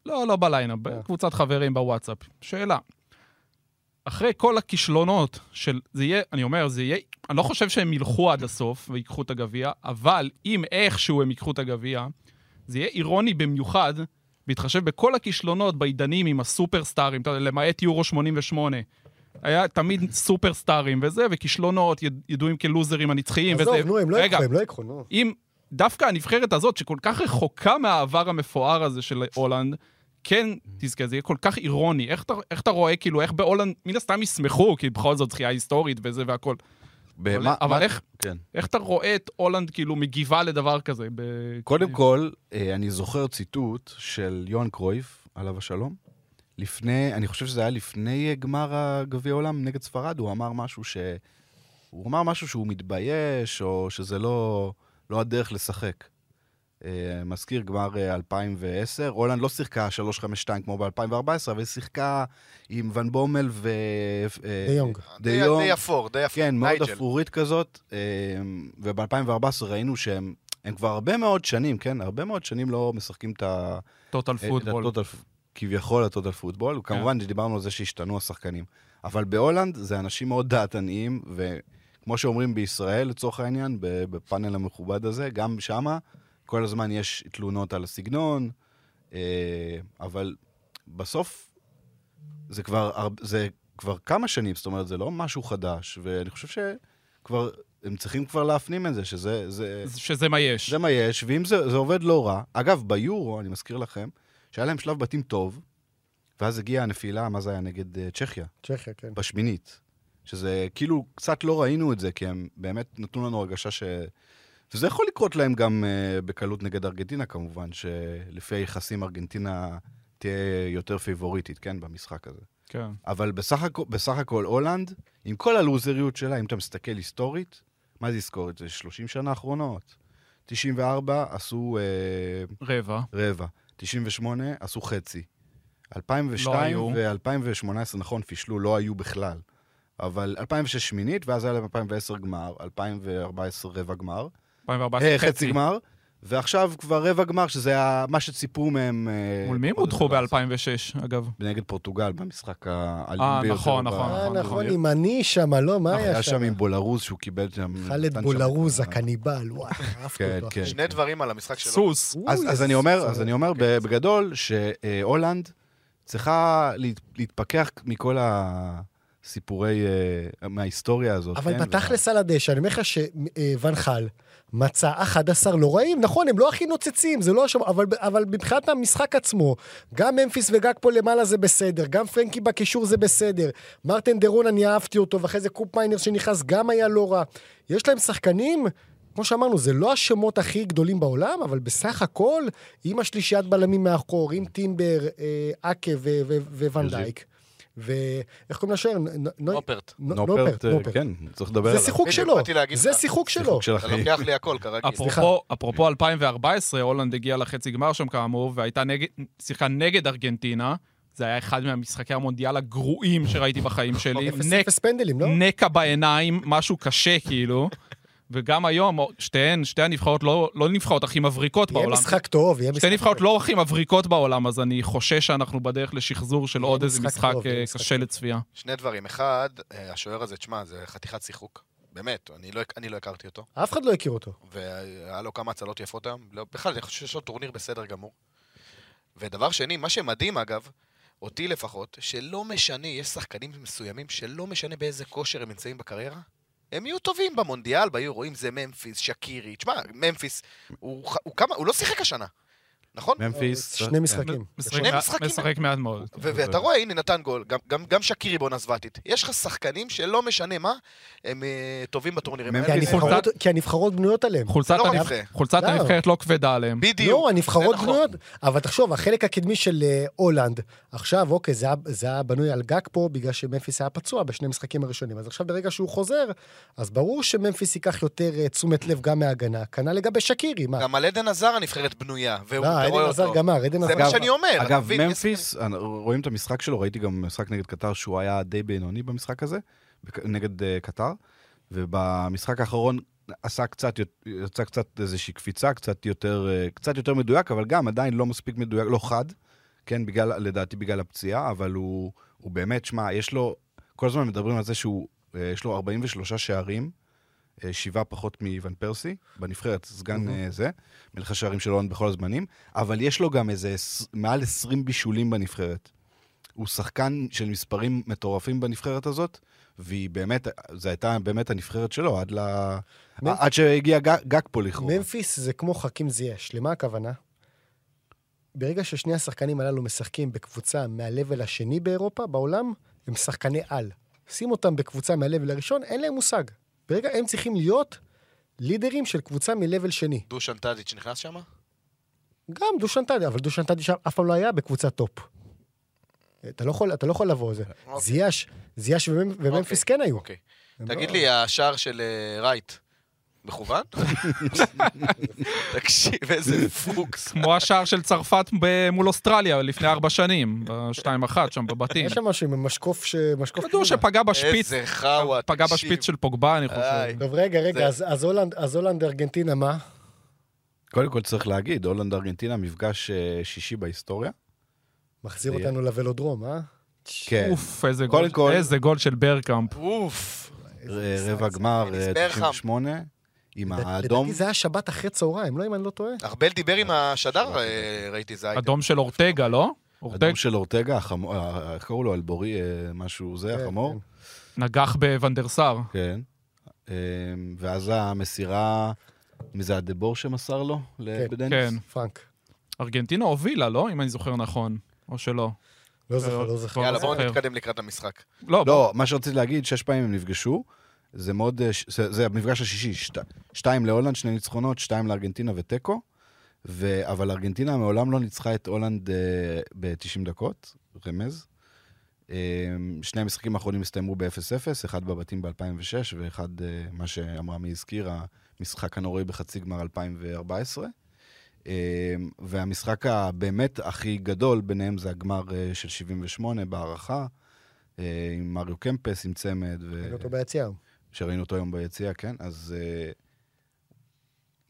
S3: לא, לא בליינאפ,
S2: כן.
S3: בקבוצת חברים בוואטסאפ. שאלה. אחרי כל הכישלונות של... זה יהיה, אני אומר, זה יהיה... אני לא חושב שהם ילכו עד הסוף ויקחו את הגביע, אבל אם איכשהו הם ייקחו את הגביע, זה יהיה אירוני במיוחד, בהתחשב בכל הכישלונות בעידנים עם הסופרסטארים, אתה יודע, למעט יורו 88. היה תמיד סופרסטארים וזה, וכישלונות, יד- ידועים כלוזרים הנצחיים וזה.
S2: עזוב, נו, הם לא
S3: רגע,
S2: יקחו, הם לא יקחו, נו.
S3: אם דווקא הנבחרת הזאת, שכל כך רחוקה מהעבר המפואר הזה של הולנד, כן תזכה, זה יהיה כל כך אירוני. איך אתה, איך אתה רואה, כאילו, איך בהולנד, מן הסתם ישמחו, כי בכל זאת זכייה היסטורית וזה והכל.
S4: במה-
S3: אבל
S4: מה-
S3: איך-
S4: כן.
S3: איך אתה רואה את הולנד כאילו מגיבה לדבר כזה? ב...
S4: קודם
S2: כן.
S4: כל, אה, אני זוכר ציטוט של יוהאן קרויף, עליו השלום. לפני, אני חושב שזה היה לפני אה, גמר הגביע העולם נגד ספרד, הוא אמר משהו ש... הוא אמר משהו שהוא מתבייש, או שזה לא, לא הדרך לשחק. אה, מזכיר גמר אה, 2010, הולנד לא שיחקה 3-5-2 כמו ב-2014, אבל היא שיחקה עם ון בומל ו... אה,
S2: דה יונג.
S5: די
S4: יונג.
S5: די אפור, די אפור.
S4: כן, מאוד
S5: נייג'ל.
S4: אפרורית כזאת, אה, וב-2014 ראינו שהם הם כבר הרבה מאוד שנים, כן? הרבה מאוד שנים לא משחקים את ה...
S3: טוטל
S4: את
S3: פוטבול.
S4: הטוטל אה, פ- כביכול הטוטל פוטבול, וכמובן שדיברנו על זה שהשתנו השחקנים. אבל בהולנד זה אנשים מאוד דעתניים, וכמו שאומרים בישראל, לצורך העניין, ב- בפאנל המכובד הזה, גם שמה, כל הזמן יש תלונות על הסגנון, אה, אבל בסוף זה כבר, הר- זה כבר כמה שנים, זאת אומרת, זה לא משהו חדש, ואני חושב שכבר, הם צריכים כבר להפנים את זה, שזה... זה...
S3: שזה מה יש.
S4: זה מה יש, ואם זה, זה עובד לא רע. אגב, ביורו, אני מזכיר לכם, שהיה להם שלב בתים טוב, ואז הגיעה הנפילה, מה זה היה? נגד אה, צ'כיה,
S2: צ'כיה, כן.
S4: בשמינית. שזה כאילו, קצת לא ראינו את זה, כי הם באמת נתנו לנו הרגשה ש... וזה יכול לקרות להם גם אה, בקלות נגד ארגנטינה, כמובן, שלפי היחסים ארגנטינה תהיה יותר פייבוריטית, כן, במשחק הזה.
S3: כן.
S4: אבל בסך הכל, בסך הכל הולנד, עם כל הלוזריות שלה, אם אתה מסתכל היסטורית, מה זה לזכור את זה? 30 שנה האחרונות. 94 עשו אה,
S3: רבע.
S4: רבע, 98 עשו חצי.
S3: לא
S4: 2002
S3: היו.
S4: ו-2018, נכון, פישלו, לא היו בכלל. אבל 2006 שמינית, ואז היה להם 2010 גמר, 2014 רבע גמר,
S3: 2014
S4: אה, חצי גמר, ועכשיו כבר רבע גמר, שזה היה מה שציפו מהם... אה,
S3: מול מי הם
S4: פחות או
S3: הודחו
S4: יותר.
S3: ב-2006, אגב?
S4: נגד פורטוגל, במשחק האלים
S3: אה,
S4: ביותר.
S3: נכון,
S4: ב-
S3: נכון,
S2: אה,
S3: נכון,
S2: נכון,
S3: נכון.
S2: עם אני שמה, לא? מה
S4: היה
S2: היה שם?
S4: שם עם בולרוז שהוא קיבל שם...
S2: חאלד
S4: נתן שם אה.
S2: בולרוז,
S4: את ה-
S2: הקניבל, וואו, אהבתי
S4: כן,
S2: אותו.
S4: כן.
S5: שני דברים על המשחק שלו.
S3: סוס.
S2: הוא
S4: אז, אז אני
S2: איזה כן.
S4: אומר,
S2: צורך.
S4: אז אני אומר ב- בגדול שהולנד צריכה להת- להתפכח מכל הסיפורי, אה, מההיסטוריה הזאת. כן?
S2: אבל בתכלס על הדשא, אני אומר לך שוון חל מצא 11 לא רעים, נכון, הם לא הכי נוצצים, זה לא שם, אבל, אבל מבחינת המשחק עצמו, גם ממפיס וגג פה למעלה זה בסדר, גם פרנקי בקישור זה בסדר, מרטן דרון, אני אהבתי אותו, ואחרי זה קופ מיינר שנכנס, גם היה לא רע. יש להם שחקנים, כמו שאמרנו, זה לא השמות הכי גדולים בעולם, אבל בסך הכל, עם השלישיית בלמים מאחור, עם טינבר, אה, אקה וואן
S4: יוזיל.
S2: דייק. ואיך קוראים לשוער? נ- נ-
S5: נופרט.
S2: נ-
S4: נופרט, אה,
S2: נופרט.
S4: כן, צריך לדבר
S2: זה
S4: עליו.
S2: שיחוק
S5: בדיוק,
S2: לא, שלו,
S5: באתי להגיד
S2: זה
S5: לך.
S2: שיחוק שלו.
S4: שיחוק של
S5: אתה
S4: החיים.
S5: לוקח לי הכל, כרגיל.
S3: אפרופו, אפרופו 2014, הולנד הגיעה לחצי גמר שם כאמור, והייתה נגד, שיחקה נגד ארגנטינה. זה היה אחד מהמשחקי המונדיאל הגרועים שראיתי בחיים שלי.
S2: אפס
S3: נק,
S2: אפס פנדלים, לא?
S3: נקע בעיניים, משהו קשה כאילו. וגם היום, שתיהן, שתי הנבחרות לא, לא נבחרות הכי מבריקות
S2: יהיה
S3: בעולם.
S2: משחק טוב, יהיה משחק
S3: שתי נבחרות לא הכי מבריקות בעולם, אז אני חושש שאנחנו בדרך לשחזור של עוד איזה
S2: משחק
S3: משחק
S2: טוב,
S3: אה,
S2: יהיה משחק
S3: קשה
S2: טוב.
S3: לצפייה.
S5: שני דברים. אחד, אה, השוער הזה, תשמע, זה חתיכת שיחוק. באמת, אני לא- אני לא הכרתי אותו.
S2: אף אחד לא הכיר אותו.
S5: והיה לו כמה הצלות יפות היום. לא, בכלל, אני חושב שיש לו טורניר בסדר גמור. ודבר שני, מה שמדהים אגב, אותי לפחות, שלא משנה, יש שחקנים מסוימים שלא משנה באיזה כושר הם נמצאים בקריירה, הם יהיו טובים במונדיאל, ביורו, אם זה ממפיס, שקירי, תשמע, ממפיס, הוא, ח- הוא, כמה, הוא לא שיחק השנה, נכון?
S4: ממפיס. כן.
S2: שני משחקים.
S3: משחק-
S5: שני משחקים.
S3: משחק מעט מאוד.
S5: ו- ואתה רואה, הנה נתן גול, גם, גם, גם שקירי בעונה זוואטית. יש לך שחקנים שלא משנה מה, הם אה, טובים בטורנירים
S4: ממפיס
S2: כי
S5: האלה.
S2: הנבחרות- כי הנבחרות בנויות עליהם.
S3: חולצת
S5: לא
S3: הנבח-
S5: הנבחרת.
S3: חולצת
S2: לא.
S3: הנבחרת לא כבדה עליהם.
S5: בדיוק.
S2: לא, הנבחרות
S5: זה נכון.
S2: בנויות. אבל תחשוב, החלק הקדמי של אה, הולנד, עכשיו, אוקיי, זה היה- זה היה בנוי על גג פה, בגלל שממפיס היה פצוע בשני המשחקים הראשונים. אז עכשיו, ברגע שהוא חוזר, אז ברור שממפיס ייקח יותר אה, תשומת לב גם מההגנה. כנ"ל לגבי שקירי, מה?
S5: גם על עדן עזר הנבחרת בנויה, והוא
S2: לא,
S5: אתה רואה
S2: עדן עזר
S5: אותו.
S2: גמר, עדן
S5: זה
S2: עזר.
S5: מה שאני אומר. אתה
S4: אגב,
S5: מבין? יש
S4: ממפיס, אני- רואים את המשחק שלו, ראיתי גם משחק נגד קטר שהוא היה די בינוני במשחק הזה, בק- נגד אה, קטר, ובמשחק האחרון עשה קצת, יוצ- יצא קצת איזושהי קפיצה, קצת יותר, אה, קצת יותר מדויק, אבל גם עדיין לא מספיק מדויק, לא חד, כן, בגלל, לדעתי בגלל הפציעה, אבל הוא, הוא באמת, שמע, יש לו, כל הזמן מדברים על זה שהוא, אה, יש לו 43 שערים. אה, שבעה פחות מוון פרסי, בנבחרת, סגן
S2: אוקיי.
S4: mm-hmm. זה, מלך השערים של הולנד בכל הזמנים, אבל יש לו גם איזה עש- מעל 20 בישולים בנבחרת. הוא שחקן של מספרים מטורפים בנבחרת הזאת, והיא באמת, זו הייתה באמת הנבחרת שלו, עד, ל...
S2: מ-
S4: עד שהגיע גג, גג פה לכאורה.
S2: ממפיס זה כמו חכים זייש, למה הכוונה? ברגע ששני השחקנים הללו משחקים בקבוצה מהלבל השני באירופה, בעולם, הם שחקני על. שים אותם בקבוצה מהלבל הראשון, אין להם מושג. ברגע, הם צריכים להיות לידרים של קבוצה מלבל שני.
S5: דושן טאדיץ' נכנס שם?
S2: גם דושן טדי, אבל דושן טדי שם אף פעם לא היה בקבוצת טופ. אתה לא יכול, אתה לא יכול לבוא, זה.
S5: אוקיי.
S2: זיאש, זיאש וממ- וממפיס כן היו.
S5: אוקיי.
S2: הם
S5: תגיד
S2: לא-
S5: לי, השער של אה, רייט, מכוון? תקשיב, איזה פוקס.
S3: כמו השער של צרפת ב- מול אוסטרליה לפני ארבע שנים, ב-2-1 שם בבתים.
S2: יש שם משהו עם משקוף ש... משקוף...
S3: כדור שפגע בשפיץ,
S5: איזה חאווה,
S3: פגע
S5: תקשיב.
S3: בשפיץ של פוגבה, אני חושב.
S5: איי.
S2: טוב, רגע, רגע,
S5: זה-
S2: אז- אז הולנד- אז הולנד ארגנטינה מה?
S4: קודם כל צריך להגיד, הולנד ארגנטינה מפגש אה, שישי בהיסטוריה.
S2: מחזיר
S4: זה-
S2: אותנו לוולודרום, אה?
S4: כן.
S3: אוף, איזה
S4: קודם
S3: גול-
S4: כל-
S3: איזה גול של ברקאמפ.
S5: אוף.
S4: ר- רבע גמר, אה,
S5: מספר חם.
S4: 98, עם
S2: לד-
S4: האדום.
S2: לדעתי זה היה שבת אחרי צהריים, לא אם אני לא טועה.
S5: ארבל דיבר עם השדר, אה, ראיתי זה.
S3: אדום של אורטגה, לא? אורטגה
S4: אדום של אורטגה, החמור, אה, איך קראו לו? אלבורי, אה, משהו זה,
S2: כן,
S4: החמור.
S3: נגח בוונדרסאר.
S4: כן. אה, ואז המסירה, מי זה הדבור שמסר לו? לבדנס?
S3: כן.
S2: פרנק.
S3: ארגנטינה הובילה, לא? אם אני זוכר נכון. או שלא.
S2: לא זוכר, לא זוכר.
S5: יאללה, בואו
S3: זוכר.
S5: נתקדם לקראת המשחק.
S3: לא,
S4: לא, מה שרציתי להגיד, שש פעמים הם נפגשו. זה מאוד, אה, ש- זה זה המפגש השישי, שת- שתיים להולנד, שני ניצחונות, שתיים לארגנטינה ותיקו. ו- אבל ארגנטינה מעולם לא ניצחה את הולנד אה, ב-90 דקות, רמז. אה, שני המשחקים האחרונים הסתיימו ב-0-0, אחד בבתים ב-2006, ואחד, אה, מה שעמרמי הזכיר, המשחק הנוראי בחצי גמר 2014. אה, והמשחק הבאמת הכי גדול ביניהם זה הגמר אה, של 78 בהערכה, אה, עם מריו קמפס, עם צמד, ו-
S2: ראינו אותו לא ביציע.
S4: שראינו אותו היום ביציע, כן? אז אה,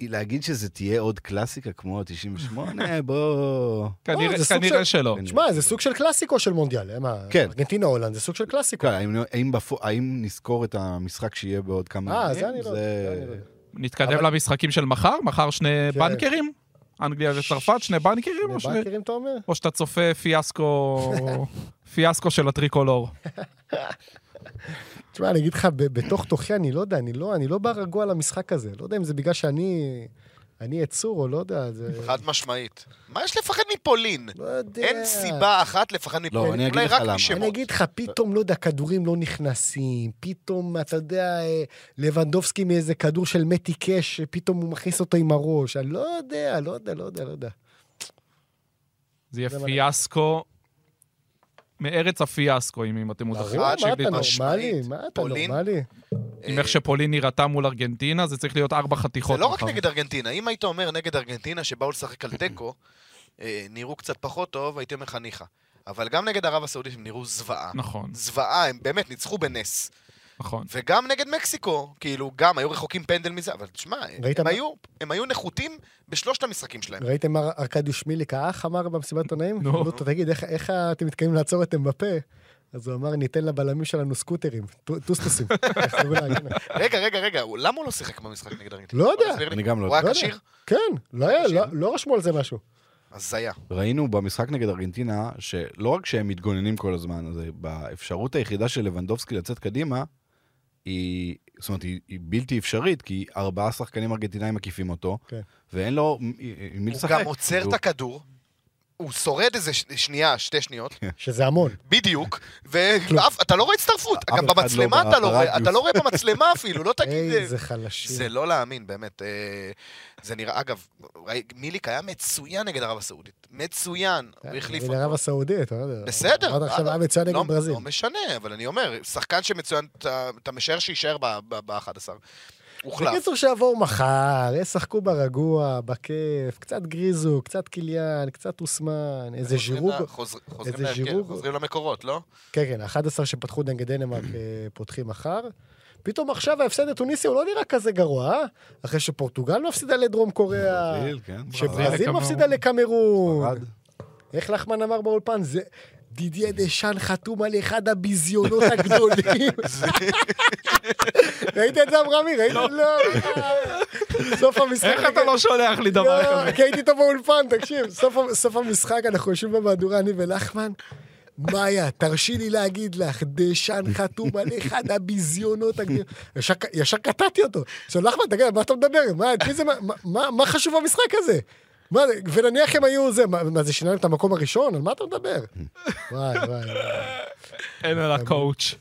S4: להגיד שזה תהיה עוד קלאסיקה כמו ה-98, בוא...
S3: כנראה-
S2: אה, זה סוג
S3: כנראה שלא.
S4: כן.
S2: שמע, זה סוג של קלאסיקו של מונדיאל, אה, מה?
S4: כן.
S2: ארגנטינה הולנד, זה סוג של קלאסיקו.
S4: כן, האם, האם, בפו, האם נזכור את המשחק שיהיה בעוד כמה
S2: אה, זה אני לא יודע, זה אני לא
S4: כן. זה...
S2: יודע.
S3: נתקדם
S2: אבל-
S3: למשחקים של מחר? מחר שני
S2: כן.
S3: בנקרים? אנגליה וצרפת, שני בנקרים? או שני-
S2: בנקרים, אתה אומר?
S3: או שאתה צופה פיאסקו פיאסקו של לא? הטריקולור.
S2: תשמע, אני אגיד לך, ב- בתוך תוכי, אני לא יודע, אני לא, אני לא בא רגוע למשחק הזה. לא יודע אם זה בגלל שאני... אני יצור או לא יודע, זה...
S5: חד משמעית. מה יש לפחד מפולין?
S2: לא יודע.
S5: אין סיבה אחת לפחד מפולין.
S4: אני אגיד
S5: אולי
S4: לך
S5: רק
S4: למה.
S5: משמות.
S2: אני אגיד לך, פתאום, לא יודע, כדורים לא נכנסים, פתאום, אתה יודע, אה, לבנדובסקי מאיזה כדור של מתי קאש, פתאום הוא מכניס אותו עם הראש, אני לא יודע, לא יודע, לא יודע, לא יודע.
S3: זה יהיה
S2: זה מלא.
S3: פיאסקו מארץ הפיאסקו, אם אם אתם עוד
S2: ברור,
S3: אחרי.
S2: אה, מה
S3: נכון, תקשיב לי,
S2: אתה נורמלי?
S5: משמעית.
S2: מה אתה
S5: פולין?
S2: נורמלי?
S3: עם איך שפולין נראתה מול ארגנטינה, זה צריך להיות ארבע חתיכות.
S5: זה לא רק
S4: נכון.
S3: מחר.
S5: נגד ארגנטינה, אם היית אומר נגד ארגנטינה שבאו לשחק על תיקו, אה, נראו קצת פחות טוב, הייתי אומר לך ניחא. אבל גם נגד ערב הסעודית הם נראו זוועה.
S3: נכון,
S5: זוועה, הם באמת ניצחו בנס.
S3: נכון.
S5: וגם נגד מקסיקו, כאילו, גם היו רחוקים פנדל מזה, אבל תשמע,
S2: ראית
S5: הם
S2: מה-
S5: היו- הם היו נחותים בשלושת המשחקים שלהם.
S2: ראיתם מה ארקדיוש מיליק האח אמר במסיבת עונאים?
S3: נו.
S2: שאלו אותו, תגיד, איך- איך אתם מתכוונים לעצור את אמבפה? אז הוא אמר, ניתן לבלמים שלנו סקוטרים, טו- טוסטוסים. יחזרו להגנה.
S5: רגע, רגע, רגע, הוא- למה הוא לא שיחק במשחק נגד ארגנטינה?
S2: לא
S5: בוא
S2: יודע.
S5: תסביר לי.
S4: אני גם לא
S5: הוא
S4: יודע.
S5: היה
S2: לא יודע.
S5: כשיר?
S2: כן, לא היה,
S5: קשה.
S2: לא- לא רשמו על זה משהו.
S5: הזיה.
S4: ראינו במשחק נגד ארגנטינה, שלא רק שהם מתגוננים כל הזמן, זה באפשרות היחידה של לבנדובסקי לצאת קדימה, היא, זאת אומרת, היא, היא בלתי אפשרית, כי ארבעה שחקנים ארגנטינאים מקיפים אותו,
S2: כן.
S4: ואין לו מ- עם מי
S5: הוא
S4: לשחק.
S5: גם עוצר את
S4: והוא-
S5: הכדור, הוא שורד איזה ש- שנייה, שתי שניות,
S2: שזה המון.
S5: בדיוק, ואתה לא רואה הצטרפות,
S4: אף
S5: גם
S4: אחד לא
S5: במצלמה אתה לא רואה,
S4: ברדיוס.
S5: אתה לא רואה במצלמה אפילו, לא תגיד...
S2: איזה
S5: זה
S2: חלשים.
S5: לא להאמין, באמת. אה, זה נראה, אגב, ראי- מיליק היה מצוין נגד ערב הסעודית. מצוין, הוא החליף
S2: כן, נגד ערב הסעודית, אתה יודע.
S5: בסדר.
S2: עד עכשיו היה מצוין נגד
S5: לא-
S2: ברזיל.
S5: לא משנה, אבל אני אומר, שחקן שמצוין, אתה- אתה משער שיישאר ב-11. הוחלף.
S2: בקיצור, שיבואו מחר, ישחקו ברגוע, בכיף, קצת גריזו, קצת קיליאן, קצת אוסמן, איזה
S5: חוזרים
S2: ז'ירוג.
S5: ל- חוזר- חוזרים
S2: איזה
S5: להרכב,
S2: ז'ירוג.
S5: חוזרים למקורות, לא?
S2: כן, כן, ה-11 שפתחו נגד דנמרק אה, פותחים מחר. פתאום עכשיו ההפסד לטוניסיה הוא לא נראה כזה גרוע, אה? אחרי שפורטוגל מפסידה לדרום קוריאה,
S4: ברזיל, כן.
S2: שברזיל
S3: לקמרון.
S2: מפסידה לקמרון.
S4: ספרד.
S2: איך לחמן אמר באולפן? זה... דידיה דשאן חתום על אחד הביזיונות הגדולים. ראית את זה, אברהמי? ראית? לא. סוף המשחק.
S3: איך אתה לא שולח לי דבר
S2: לא,
S3: כזה?
S2: כי הייתי איתו באולפן, תקשיב. סוף ה- סוף המשחק, אנחנו יושבים במהדורה, אני ולחמן. מאיה, תרשי לי להגיד לך, דשן חתום על אחד הביזיונות הגדולים. ישר- ישר קטעתי אותו. עכשיו, לחמן, תגיד, על מה אתה מדבר? מה, את מי זה- מה- מה- מה חשוב במשחק הזה? מה, זה- ונניח הם היו זה, מה, מה, זה שינה להם את המקום הראשון? על מה אתה מדבר? וואי, וואי, וואי.
S3: אין על הקואוץ'.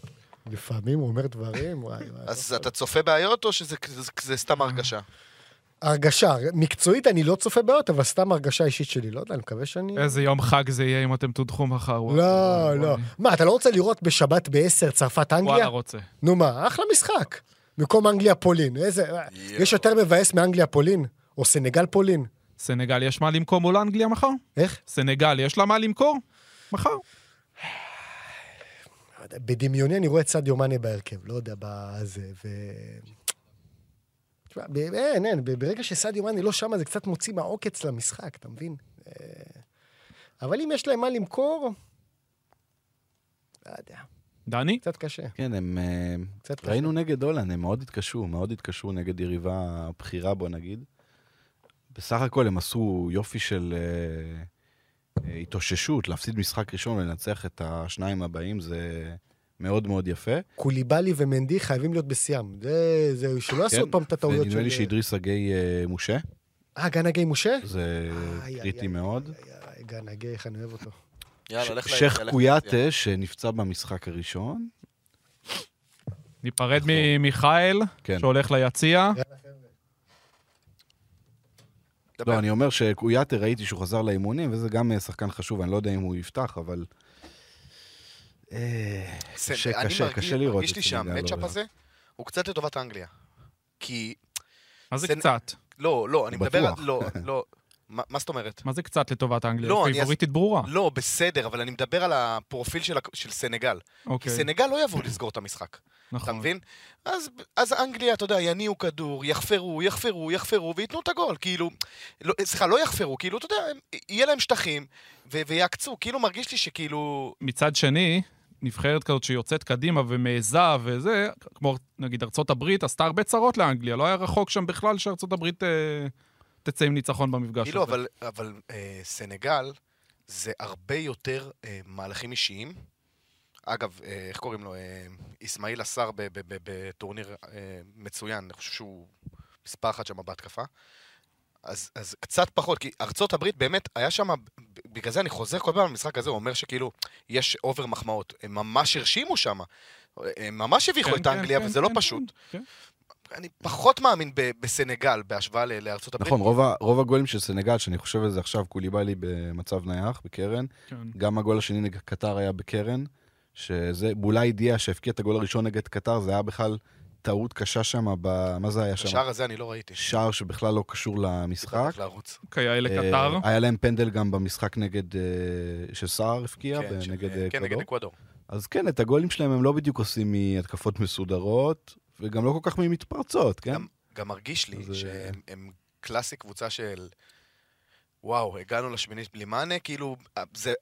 S2: לפעמים הוא אומר דברים, וואי וואי.
S5: אז אתה צופה בעיות, או שזה זה- זה סתם הרגשה?
S2: אה. הרגשה, מקצועית אני לא צופה בעיות, אבל סתם הרגשה אישית שלי, לא יודע, אני מקווה שאני...
S3: איזה יום חג זה יהיה אם אתם תודחו מחר. וואי,
S2: לא,
S3: וואי,
S2: לא.
S3: וואי.
S2: מה, אתה לא רוצה לראות בשבת ב-10
S3: וואלה
S2: צרפת-אנגליה?
S3: רוצה.
S2: נו מה, אחלה משחק. במקום אנגליה-פולין. איזה... יש יותר מבאס מאנגליה-פולין? או סנגל-פולין?
S3: סנגל, יש מה למכור מול אנגליה מחר?
S2: איך?
S3: סנגל, יש לה מה למכור? מחר.
S2: לא יודע, בדמיוני אני רואה את סעדיו מאנה בהרכב, לא יודע, בזה, ו... תשמע, ב- אין, אין, ב- ברגע שסעדיו מאנה לא שמה, זה קצת מוציא מהעוקץ למשחק, אתה מבין? אה, אבל אם יש להם מה למכור, לא יודע,
S3: דני?
S2: קצת קשה.
S4: כן, הם... אה,
S2: קצת קשה.
S4: ראינו נגד הולנד, הם מאוד התקשו, מאוד התקשו נגד יריבה בכירה, בוא נגיד. בסך הכל הם עשו יופי של אה, אה, התאוששות, להפסיד משחק ראשון ולנצח את השניים הבאים, זה מאוד מאוד יפה.
S2: קוליבאלי ומנדי חייבים להיות בשיאם. זה, זה, שלא יעשו
S4: כן,
S2: עוד פעם את הטעויות
S4: ונדמה לי
S2: של...
S4: שהדריס הגיא אה, מושה,
S2: אה, גן הגיא משה?
S4: זה
S2: איי,
S4: קריטי
S2: איי,
S4: מאוד.
S2: איי, גן הגיא, איך אני אוהב אותו.
S4: ש-
S5: יאללה, לך ל-
S4: שייח'
S5: לך ל-
S4: קויאטה, שנפצע במשחק הראשון.
S3: ניפרד ממיכאל,
S4: כן.
S3: שהולך ליציע.
S5: כן. דבר.
S4: לא, אני אומר שקויאטה, ראיתי שהוא חזר לאימונים, וזה גם אה, שחקן חשוב, אני לא יודע אם הוא יפתח, אבל... אה,
S5: זה-
S4: קשה,
S5: אני
S4: קשה,
S5: מרגיש-
S4: קשה לראות
S5: מרגיש
S4: את
S5: לי
S4: סנגל, לא
S5: שהמצ'אפ
S4: יודע.
S5: הזה הוא קצת לטובת אנגליה. כי...
S3: מה זה
S5: סנ-
S3: קצת?
S5: לא, לא, אני
S4: הוא
S5: מדבר... על-
S4: בטוח.
S5: לא, לא. מה מה זאת אומרת?
S3: מה זה קצת לטובת אנגליה?
S5: לא, אני
S3: פייבוריטית ברורה.
S5: לא, בסדר, אבל אני מדבר על הפרופיל של הק- של סנגל. כי
S3: אוקיי,
S5: סנגל לא יבואו לסגור את המשחק. אתה
S3: נכון.
S5: מבין? אז, אז אנגליה, אתה יודע, יניעו כדור, יחפרו, יחפרו, יחפרו, וייתנו את הגול. כאילו, לא, סליחה, לא יחפרו, כאילו, אתה יודע, הם- יהיה להם שטחים, ו- ויעקצו. כאילו, מרגיש לי שכאילו...
S3: מצד שני, נבחרת כזאת שיוצאת קדימה ומעיזה וזה, כמו נגיד ארצות הברית, עשתה הרבה צרות לאנגליה, לא היה רחוק שם בכלל שארצות הברית אה, תצא עם ניצחון במפגש
S5: כאילו,
S3: הזה.
S5: אבל, אבל אה, סנגל זה הרבה יותר אה, מהלכים אישיים. אגב, אה, איך קוראים לו? אה, אסמאעיל עשר ב- ב- ב- בטורניר אה, מצוין, אני חושב שהוא מספר אחת שם בהתקפה. אז, אז קצת פחות, כי ארצות הברית באמת, היה שם, בגלל זה אני חוזר כל פעם למשחק הזה, הוא אומר שכאילו, יש אובר מחמאות. הם ממש הרשימו שם. אה, הם ממש הביכו
S3: כן,
S5: את
S3: כן,
S5: האנגליה,
S3: כן,
S5: וזה לא
S3: כן,
S5: פשוט.
S3: כן, כן.
S5: אני פחות מאמין ב- בסנגל בהשוואה ל- לארצות הברית.
S4: נכון, רוב ה- רוב הגולים של סנגל, שאני חושב על זה עכשיו, קוליבאלי במצב נייח, בקרן.
S3: כן.
S4: גם הגול השני נגד קטר היה בקרן, שזה, בולאי דיה שהבקיע את הגול הראשון נגד קטר, זה היה בכלל טעות קשה שם, ב- מה זה היה שם?
S5: השער הזה אני לא ראיתי.
S4: שער שבכלל לא קשור למשחק.
S5: צריך לערוץ.
S3: כיאה לקטר.
S4: אה, היה להם פנדל גם במשחק נגד, אה, שסער הבקיע,
S5: כן, ש-
S4: נגד
S5: אה,
S4: אה,
S5: כן, נגד
S4: אקוודור.
S5: אקוודור.
S4: אז כן, את הגולים שלהם הם לא בדיוק עושים מהתקפות מסודרות, וגם לא כל כך ממתפרצות, כן?
S5: גם- גם מרגיש לי
S4: אז, אה,
S5: שהם הם קלאסי קבוצה של... וואו, הגענו לשמינית בלי מאנה, כאילו, אה, זה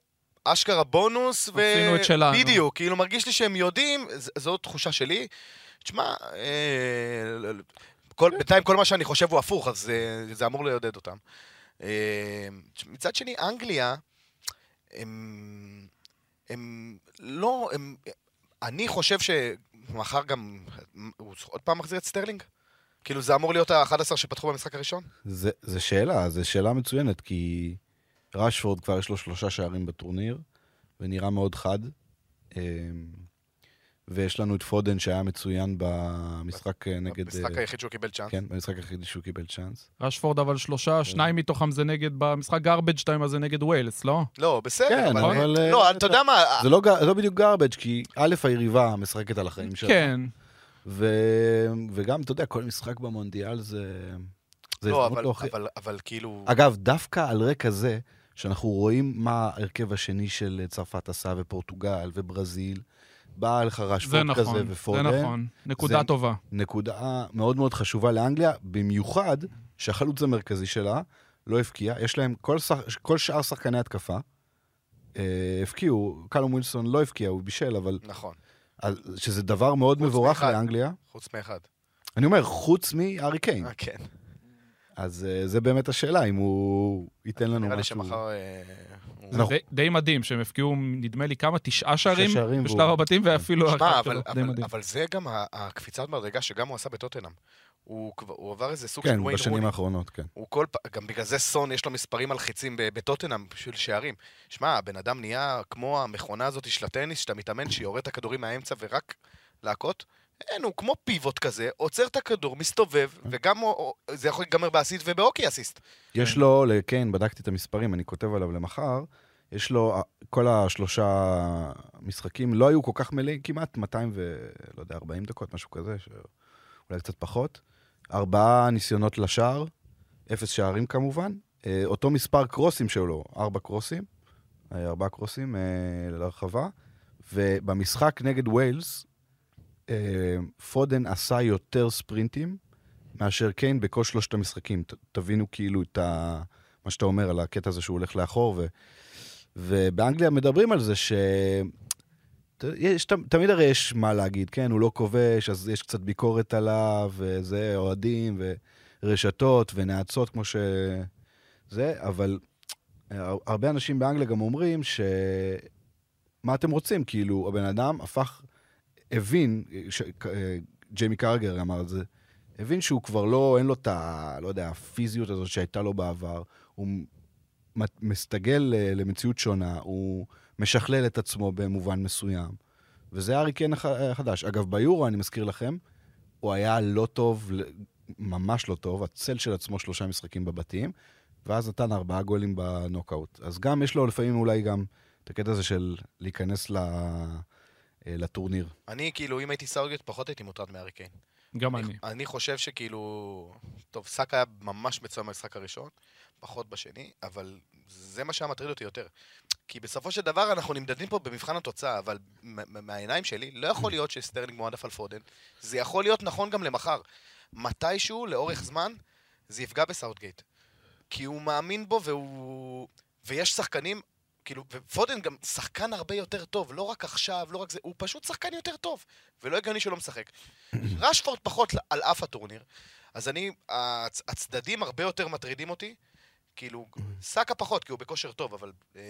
S5: אשכרה בונוס ו...
S3: עשינו את שלנו.
S5: בדיוק, כאילו, מרגיש לי שהם יודעים, ז- זו תחושה שלי. תשמע, אה, ל- ל- כל- בינתיים כל מה שאני חושב הוא הפוך, אז אה, זה אמור לעודד אותם. אה, מצד שני, אנגליה, הם... הם לא, הם... אני חושב שמחר גם... הוא עוד פעם מחזיר את סטרלינג? כאילו זה אמור להיות ה-11 שפתחו במשחק הראשון?
S4: זה, זה שאלה, זו שאלה מצוינת, כי רשפורד כבר יש לו שלושה שערים בטורניר, ונראה מאוד חד. אמ, ויש לנו את פודן שהיה מצוין במשחק אה, נגד...
S5: המשחק
S4: אה,
S5: היחיד שהוא קיבל צ'אנס.
S4: כן, במשחק היחידי שהוא קיבל צ'אנס.
S3: רשפורד אבל
S4: אה.
S3: שלושה, שניים מתוכם זה נגד, במשחק גרבג' שתיים הזה נגד ווילס, לא?
S5: לא, בסדר,
S4: כן,
S5: אבל...
S4: אבל, אה,
S5: לא, אתה יודע מה...
S4: זה לא, ג- זה לא בדיוק garbage, כי א', היריבה משחקת על החיים שלה.
S3: כן.
S4: ו... וגם, אתה יודע, כל משחק במונדיאל זה... זה
S5: לא,
S4: הזדמנות
S5: אבל-
S4: להוכיח.
S5: אבל- אבל כאילו...
S4: אגב, דווקא על רקע זה, שאנחנו רואים מה ההרכב השני של צרפת עשה, ופורטוגל, וברזיל, בא לך
S3: זה
S4: רשפורד
S3: נכון,
S4: כזה
S3: זה
S4: ופורדן.
S3: נכון. נקודה
S4: זה-
S3: טובה.
S4: נקודה מאוד מאוד חשובה לאנגליה, במיוחד שהחלוץ המרכזי שלה לא הבקיע. יש להם, כל, שח... כל שאר שחקני התקפה אה, הבקיעו, קלום ווילסון לא הבקיע, הוא בישל, אבל
S5: נכון,
S4: אז- שזה דבר מאוד
S5: חוץ
S4: מבורך
S5: מאחד.
S4: לאנגליה.
S5: חוץ מאחד.
S4: אני אומר, חוץ מארי קיין.
S5: אה, כן.
S4: אז אה, זה באמת השאלה, אם הוא ייתן לנו משהו.
S5: נראה לי שמחר... אה, הוא-
S4: אנחנו-
S3: די- די מדהים שהם הפקיעו, נדמה לי, כמה? תשעה שערים
S4: שערים
S3: בשלב
S4: והוא-
S3: הבתים ואפילו...
S5: שמע,
S3: האחד
S5: אבל-
S3: שלו. די
S5: אבל-
S3: מדהים.
S5: אבל זה גם ה- הקפיצת מדרגה שגם הוא עשה בטוטנאם. הוא כבר- הוא עבר איזה סוג של
S4: כן,
S5: וויין
S4: בשנים
S5: רוני.
S4: האחרונות, כן.
S5: הוא כל פעם, גם בגלל זה סון יש לו מספרים מלחיצים ב- בטוטנאם בשביל שערים. שמע, הבן אדם נהיה כמו המכונה הזאת של הטניס, שאתה מתאמן שיורד את הכדורים מהאמצע ורק להכות. אין, הוא כמו פיבוט כזה, עוצר את הכדור, מסתובב, וגם הוא- הוא- זה יכול להיגמר באסיסט ובהוקי אסיסט.
S4: יש לו, לקיין, בדקתי את המספרים, אני כותב עליו למחר, יש לו, אה, כל השלושה משחקים לא היו כל כך מלאים, כמעט 200 ו... לא יודע, 40 דקות, משהו כזה, ש... אולי קצת פחות. ארבעה ניסיונות לשער, אפס שערים כמובן. אה, אותו מספר קרוסים שלו, ארבע קרוסים, אה, ארבעה קרוסים אה, לרחבה. ובמשחק נגד ווילס, אה, פודן עשה יותר ספרינטים מאשר קיין בכל שלושת המשחקים. ת, תבינו כאילו את ה, מה שאתה אומר על הקטע הזה שהוא הולך לאחור. ו, ובאנגליה מדברים על זה ש... ת- יש, ת- תמיד הרי יש מה להגיד, כן? הוא לא כובש, אז יש קצת ביקורת עליו, וזה, אוהדים, ורשתות, ונאצות, כמו ש... זה, אבל הר- הרבה אנשים באנגליה גם אומרים ש... מה אתם רוצים? כאילו, הבן אדם הפך, הבין, ש... אה, ג'יימי קרגר אמר את זה, הבין שהוא כבר לא, אין לו את ה... לא יודע, הפיזיות הזאת שהייתה לו בעבר. הוא מת- מסתגל אה, למציאות שונה, הוא משכלל את עצמו במובן מסוים. וזה הארי קיין הח- אה, החדש. אגב, ביורו, אני מזכיר לכם, הוא היה לא טוב, ל- ממש לא טוב, הצל של עצמו שלושה משחקים בבתים, ואז נתן ארבעה גולים בנוקאוט. אז גם יש לו לפעמים אולי גם את הקטע הזה של להיכנס ל... אה, לטורניר.
S5: אני, כאילו, אם הייתי סאורגט, פחות הייתי מוטרד מהארי קיין.
S3: גם אני.
S5: אני חושב שכאילו... טוב, סאק היה ממש מצוין במשחק הראשון, פחות בשני, אבל זה מה שהיה מטריד אותי יותר. כי בסופו של דבר אנחנו נמדדים פה במבחן התוצאה, אבל מ- מ- מהעיניים שלי, לא יכול
S3: Mm.
S5: להיות שסטרלינג מועדף על פודן. זה יכול להיות נכון גם למחר. מתישהו, לאורך זמן, זה יפגע בסאוטגייט. כי הוא מאמין בו והוא... ויש שחקנים, כאילו, ופודן גם שחקן הרבה יותר טוב, לא רק עכשיו, לא רק זה, הוא פשוט שחקן יותר טוב, ולא הגיוני שלא משחק. רשפורד פחות על אף הטורניר, אז אני, הצ, הצדדים הרבה יותר מטרידים אותי, כאילו, סאקה פחות, כי הוא בכושר טוב, אבל... אה,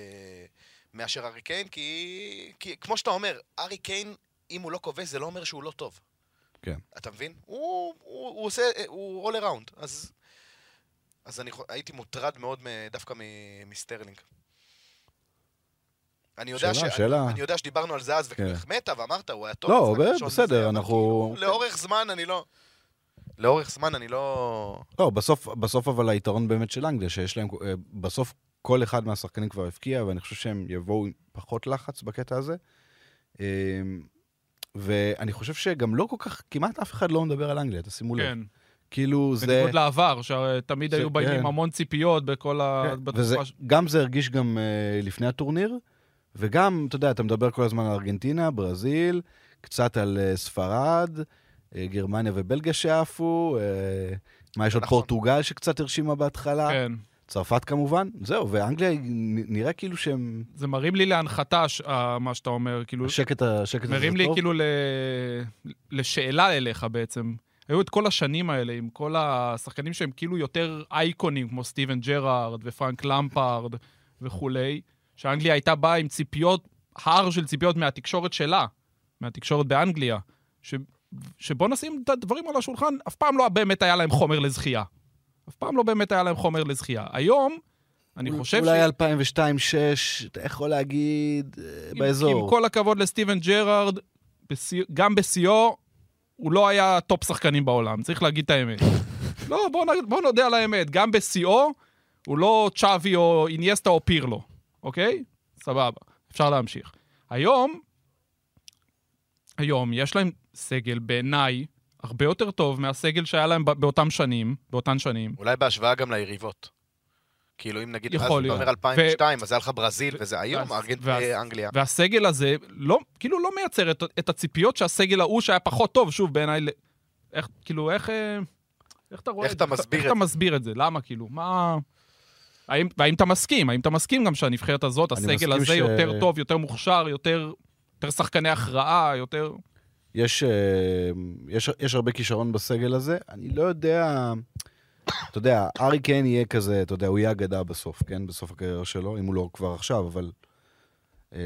S5: מאשר ארי קיין, כי, כי כמו שאתה אומר, ארי קיין, אם הוא לא כובש, זה לא אומר שהוא לא טוב.
S4: כן.
S5: אתה מבין? הוא, הוא, הוא עושה, הוא all around, אז... אז אני חו- הייתי מוטרד מאוד מ- דווקא מ- מסטרלינג. אני יודע,
S4: שאלה,
S5: ש...
S4: שאלה.
S5: אני יודע שדיברנו על זה אז,
S4: כן.
S5: והחמאת ואמרת, הוא היה טוב.
S4: לא,
S5: משחק
S4: ב-
S5: ראשון
S4: בסדר,
S5: וזה, אבל
S4: אנחנו-
S5: כאילו, לאורך זמן אני לא... לאורך זמן אני לא...
S4: לא, בסוף, בסוף אבל היתרון באמת של אנגליה, שיש להם, אה, בסוף כל אחד מהשחקנים כבר הבקיע, ואני חושב שהם יבואו עם פחות לחץ בקטע הזה. אה, ואני חושב שגם לא כל כך, כמעט אף אחד לא מדבר על אנגליה, תשימו לב.
S3: כן.
S4: כאילו זה...
S3: בניגוד לעבר, שתמיד
S4: זה-
S3: היו באים
S4: כן.
S3: עם המון ציפיות בכל ה...
S4: כן,
S3: בתקופה
S4: וזה,
S3: ש-
S4: גם זה הרגיש גם אה, לפני הטורניר, וגם, אתה יודע, אתה מדבר כל הזמן על ארגנטינה, ברזיל, קצת על אה, ספרד, אה, גרמניה ובלגיה שעפו, אה, מה, יש עוד
S5: נכון.
S4: פורטוגל שקצת הרשימה בהתחלה.
S3: כן.
S4: צרפת כמובן, זהו, ואנגליה היא נ- נראה כאילו שהם...
S3: זה מרים לי להנחתה, ש- ה- מה שאתה אומר, כאילו...
S4: השקט ה- השקט הזה
S3: מרים
S4: זה
S3: לי
S4: טוב.
S3: כאילו ל... לשאלה אליך בעצם. היו את כל השנים האלה עם כל השחקנים שהם כאילו יותר אייקונים, כמו סטיבן ג'רארד ופרנק למפארד וכולי, שאנגליה הייתה באה עם ציפיות, הר של ציפיות מהתקשורת שלה, מהתקשורת באנגליה, ש... שבוא נשים את הדברים על השולחן, אף פעם לא באמת היה להם חומר לזכייה. אף פעם לא באמת היה להם חומר לזכייה. היום, אני
S4: אול-
S3: חושב
S4: אולי 2002-2006, אתה יכול להגיד, אה,
S3: עם- עם
S4: באזור.
S3: כל הכבוד לסטיבן ג'רארד, בשיא- גם בשיאו, הוא לא היה טופ שחקנים בעולם, צריך להגיד את האמת. לא, בוא, נ, בוא נודה על האמת, גם בשיאו, הוא לא צ'אבי או אינייסטה או פירלו, אוקיי? סבבה, אפשר להמשיך. היום, היום יש להם סגל, בעיניי, הרבה יותר טוב מהסגל שהיה להם ב- באותם שנים, באותן שנים.
S5: אולי בהשוואה גם ליריבות. כאילו, אם נגיד, אז אתה
S3: יכול להיות.
S5: אומר 2002, אז היה לך ברזיל, וזה היום,
S3: ואז-
S5: ארגנט-
S3: ואז-
S5: אה, אנגליה.
S3: והסגל הזה לא, כאילו לא מייצר את, את הציפיות שהסגל ההוא שהיה פחות טוב, שוב בעיניי, ל- איך, כאילו איך, אה, איך אתה רואה
S5: איך
S3: את
S5: אתה
S3: זה?
S5: מסביר
S3: איך
S5: את
S3: אתה מסביר את זה? למה כאילו? מה... האם, והאם אתה מסכים? האם אתה מסכים גם שהנבחרת הזאת,
S4: אני
S3: הסגל
S4: מסכים
S3: הזה
S4: ש-
S3: יותר טוב, יותר מוכשר, יותר, יותר שחקני הכרעה, יותר...
S4: יש, אה, יש, יש הרבה כישרון בסגל הזה. אני לא יודע, אתה יודע, ארי קיין יהיה כזה, אתה יודע, הוא יהיה אגדה בסוף, כן? בסוף הקריירה שלו, אם הוא לא כבר עכשיו, אבל... אה,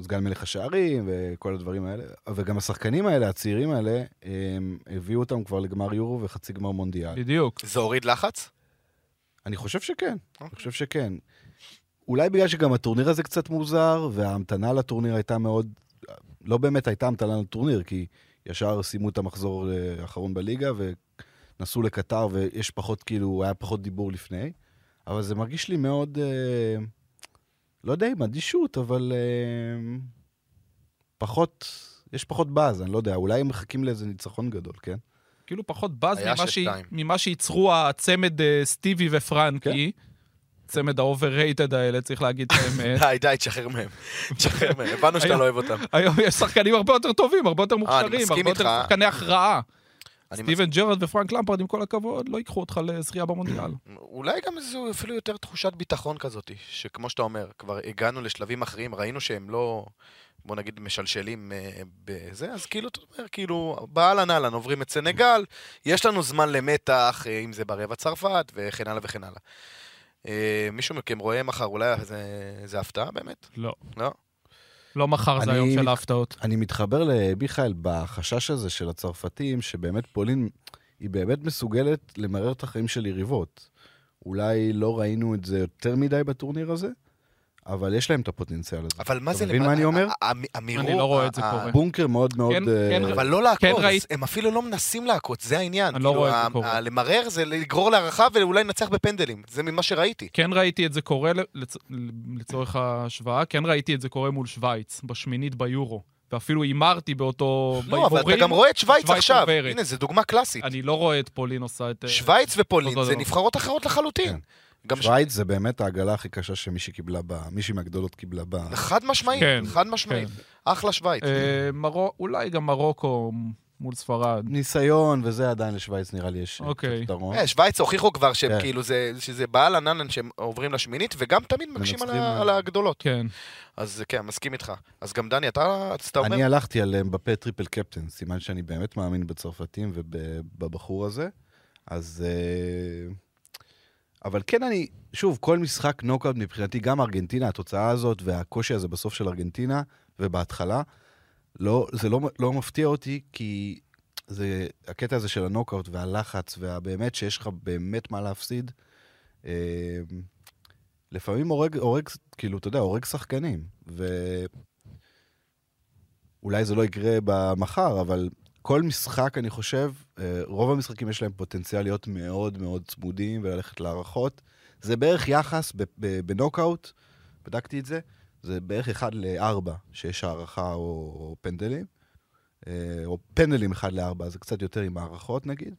S4: סגן מלך השערים וכל הדברים האלה. וגם השחקנים האלה, הצעירים האלה, אה, הם הביאו אותם כבר לגמר יורו וחצי גמר מונדיאל.
S3: בדיוק.
S5: זה הוריד לחץ?
S4: אני חושב שכן, אני
S5: אוקיי.
S4: חושב שכן. אולי בגלל שגם הטורניר הזה קצת מוזר, וההמתנה לטורניר הייתה מאוד... לא באמת הייתה המתנה לטורניר, כי ישר סיימו את המחזור אה, האחרון בליגה ונסעו לקטר, ויש פחות, כאילו, היה פחות דיבור לפני. אבל זה מרגיש לי מאוד, אה, לא יודע אם אדישות, אבל אה, פחות, יש פחות באז, אני לא יודע, אולי הם מחכים לאיזה ניצחון גדול, כן?
S3: כאילו פחות באז
S5: היה
S3: ממה, שהיא-
S5: שתיים.
S3: ממה שייצרו הצמד אה, סטיבי ופרנקי.
S4: כן.
S3: צמד ה-overrated האלה, צריך להגיד את האמת.
S5: די, די, תשחרר מהם. תשחרר מהם, הבנו שאתה
S3: היום-
S5: לא אוהב אותם.
S3: היום יש שחקנים הרבה יותר טובים, הרבה יותר מוכשרים,
S5: אה, מסכים
S3: הרבה יותר
S5: איתך.
S3: שחקני הכרעה.
S5: אני
S3: סטיבן ג'רד ופרנק למפרד, עם כל הכבוד, לא ייקחו אותך לזכייה במונדיאל.
S5: אולי גם זו אפילו יותר תחושת ביטחון כזאת, שכמו שאתה אומר, כבר הגענו לשלבים אחרים, ראינו שהם לא, בוא נגיד, משלשלים אה, בזה, אז כאילו, אתה אומר, כאילו, באהלן אהלן, עוברים את סנגל, יש לנו זמן למתח, אה, אם זה ברבע צרפת, וכן הלאה וכן הלאה. אה, מישהו מכם רואה מחר, אולי זה, זה הפתעה באמת?
S3: לא.
S5: לא?
S3: לא מחר זה
S4: אני-
S3: היום של ההפתעות.
S4: אני מתחבר למיכאל בחשש הזה של הצרפתים, שבאמת פולין, היא באמת מסוגלת למרר את החיים של יריבות. אולי לא ראינו את זה יותר מדי בטורניר הזה, אבל יש להם את הפוטנציאל הזה.
S5: אבל מה
S4: אתה
S5: זה...
S4: מבין
S5: למ- אה,
S4: מה אני אומר?
S5: ה- ה- המרמור,
S3: אני לא רואה את זה
S5: ה- ה-
S3: קורה.
S4: בונקר מאוד מאוד...
S3: כן,
S4: אה,
S3: כן,
S5: אבל לא לעקוץ,
S3: כן, ראיתי.
S5: הם אפילו לא מנסים לעקוץ, זה העניין.
S3: אני לא
S5: כאילו,
S3: רואה את זה
S5: ה-
S3: קורה.
S5: ה- למרר זה לגרור להערכה ואולי לנצח בפנדלים, זה ממה שראיתי.
S3: כן ראיתי את זה קורה, לצ... לצורך ההשוואה, כן ראיתי את זה קורה מול שווייץ, בשמינית ביורו. ואפילו הימרתי באותו...
S5: לא, אבל אתה
S3: בהימורים.
S5: גם רואה את שווייץ
S3: שווייץ
S5: עכשיו.
S3: עוברת.
S5: הנה, זו דוגמה קלאסית.
S3: אני לא רואה את פולין עושה את... אה,
S5: שווייץ ופולין
S3: אותו
S5: זה
S3: דבר.
S5: נבחרות אחרות לחלוטין. גם ש-
S4: כן. שווייץ זה באמת העגלה הכי קשה שמישהי קיבלה ב... מישהי מהגדולות קיבלה ב...
S5: חד משמעית,
S3: כן,
S5: חד משמעית. אחלה שווייץ.
S3: אה, מרו... אולי גם מרוקו מול ספרד.
S4: ניסיון, וזה עדיין לשווייץ נראה לי יש אה,
S3: אוקיי.
S4: קצת יתרון.
S5: אה, שווייץ הוכיחו כבר שהם
S4: כן.
S5: כאילו זה, שזה בעל ענן שהם עוברים לשמינית, וגם תמיד מקשים על ה-
S4: מנצחים, אה.
S5: על הגדולות.
S3: כן.
S5: אז כן, מסכים איתך. אז גם דני, אתה אז אתה אומר,
S4: אני הלכתי על אמבפה טריפל קפטן, סימן שאני באמת מאמין בצרפתים ובבחור הזה. אז... אה, אבל כן, אני... שוב, כל משחק נוקאאוט מבחינתי, גם ארגנטינה, התוצאה הזאת והקושי הזה בסוף של ארגנטינה ובהתחלה, לא, זה לא, לא מפתיע אותי, כי זה הקטע הזה של הנוקאוט והלחץ, והבאמת שיש לך באמת מה להפסיד. אה, לפעמים הורג, הורג, כאילו, אתה יודע, הורג שחקנים. ו... אולי זה לא יקרה במחר, אבל כל משחק, אני חושב, אה, רוב המשחקים יש להם פוטנציאל להיות מאוד מאוד צמודים וללכת להערכות. זה בערך יחס ב- ב- בנוקאוט, בדקתי את זה, זה בערך 1 ל-4 שיש הערכה או, או פנדלים, אה, או פנדלים 1 ל-4, זה קצת יותר עם הערכות נגיד.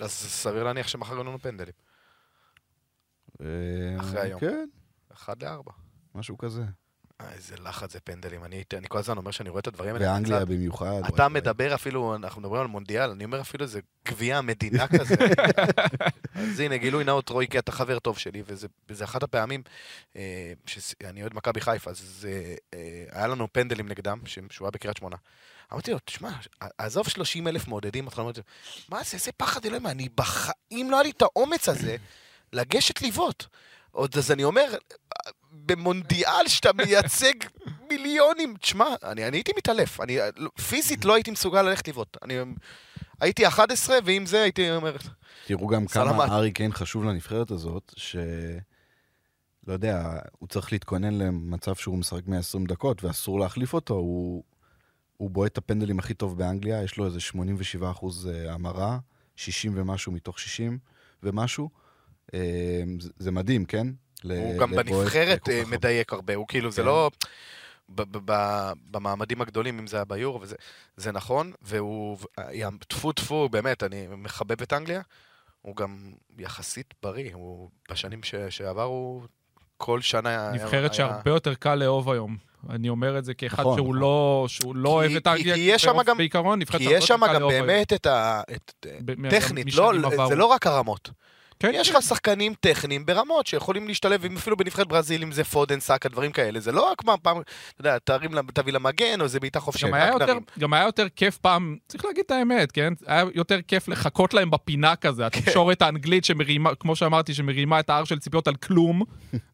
S5: אז סביר להניח שמחר יהיו לנו פנדלים.
S4: אה,
S5: אחרי היום.
S4: כן,
S5: אחד לארבע.
S4: משהו כזה.
S5: אה, איזה לחץ זה פנדלים. אני הייתי- אני כל הזמן אומר שאני רואה את הדברים האלה.
S4: ואנגליה
S5: בצד.
S4: במיוחד.
S5: אתה
S4: וואי,
S5: מדבר אפילו, אנחנו מדברים על מונדיאל, אני אומר אפילו איזה גביע המדינה כזה. אז הנה, גילוי נאות, רויקי, אתה חבר טוב שלי, וזה וזה אחת הפעמים, אה, שס- אני אוהד מכבי חיפה, אז אה, אה, היה לנו פנדלים נגדם, ש- שהוא היה בקריית שמונה. אמרתי לו, תשמע, עזוב 30 אלף מעודדים אותך, לא יודע." מה זה, איזה פחד אלוהים, אני בחיים לא היה לי את האומץ הזה לגשת לבעוט. עוד אז אני אומר, במונדיאל שאתה מייצג מיליונים, תשמע, אני, אני הייתי מתעלף, אני אה, לא- פיזית לא הייתי מסוגל ללכת לבעוט. אני הייתי 11, ועם זה הייתי אומר,
S4: תראו גם
S5: סלמת.
S4: כמה ארי קיין חשוב לנבחרת הזאת, ש... לא יודע, הוא צריך להתכונן למצב שהוא משחק 120 דקות ואסור להחליף אותו. הוא, הוא בועט את הפנדלים הכי טוב באנגליה, יש לו איזה 87 אחוז אה, המרה, 60 ומשהו מתוך 60 ומשהו. אה, זה, זה מדהים, כן?
S5: הוא גם בנבחרת אה, מדייק הרבה, הוא כאילו, זה
S4: כן.
S5: לא... ב- ב- ב- במעמדים הגדולים, אם זה היה ביורו, וזה זה נכון, והוא, ים, טפו טפו, באמת, אני מחבב את אנגליה, הוא גם יחסית בריא, הוא, בשנים ש, שעבר הוא כל שנה היה...
S3: נבחרת
S5: היה-
S3: שהרבה יותר קל לאהוב היום. אני אומר את זה כאחד
S4: נכון,
S3: שהוא
S4: נכון.
S3: לא שהוא לא
S5: כי-
S3: אוהב את
S5: כי-
S3: האנגליה.
S5: כי יש שם
S3: באופ-
S5: גם-
S3: בעיקרון, נבחרת
S5: כי
S3: שהרבה
S5: יש
S3: יותר
S5: שם
S3: קל
S5: גם
S3: לאהוב היום.
S5: באמת את ה... את-
S3: ב- מה-
S5: טכנית,
S3: משנים
S5: לא,
S3: עברו.
S5: זה לא רק הרמות.
S3: כן,
S5: יש לך שחקנים טכניים ברמות שיכולים להשתלב, אם אפילו בנבחרת ברזיל, אם זה פודן, סאקה, דברים כאלה. זה לא רק מה פעם, אתה יודע, תרים לה- תביא למגן, או איזה בעיטה חופשית.
S3: גם היה,
S5: רק
S3: יותר,
S5: נרים.
S3: גם היה יותר כיף פעם, צריך להגיד את האמת, כן? היה יותר כיף לחכות להם בפינה כזה,
S5: כן.
S3: התקשורת האנגלית שמרימה, כמו שאמרתי, שמרימה את ההר של ציפיות על כלום,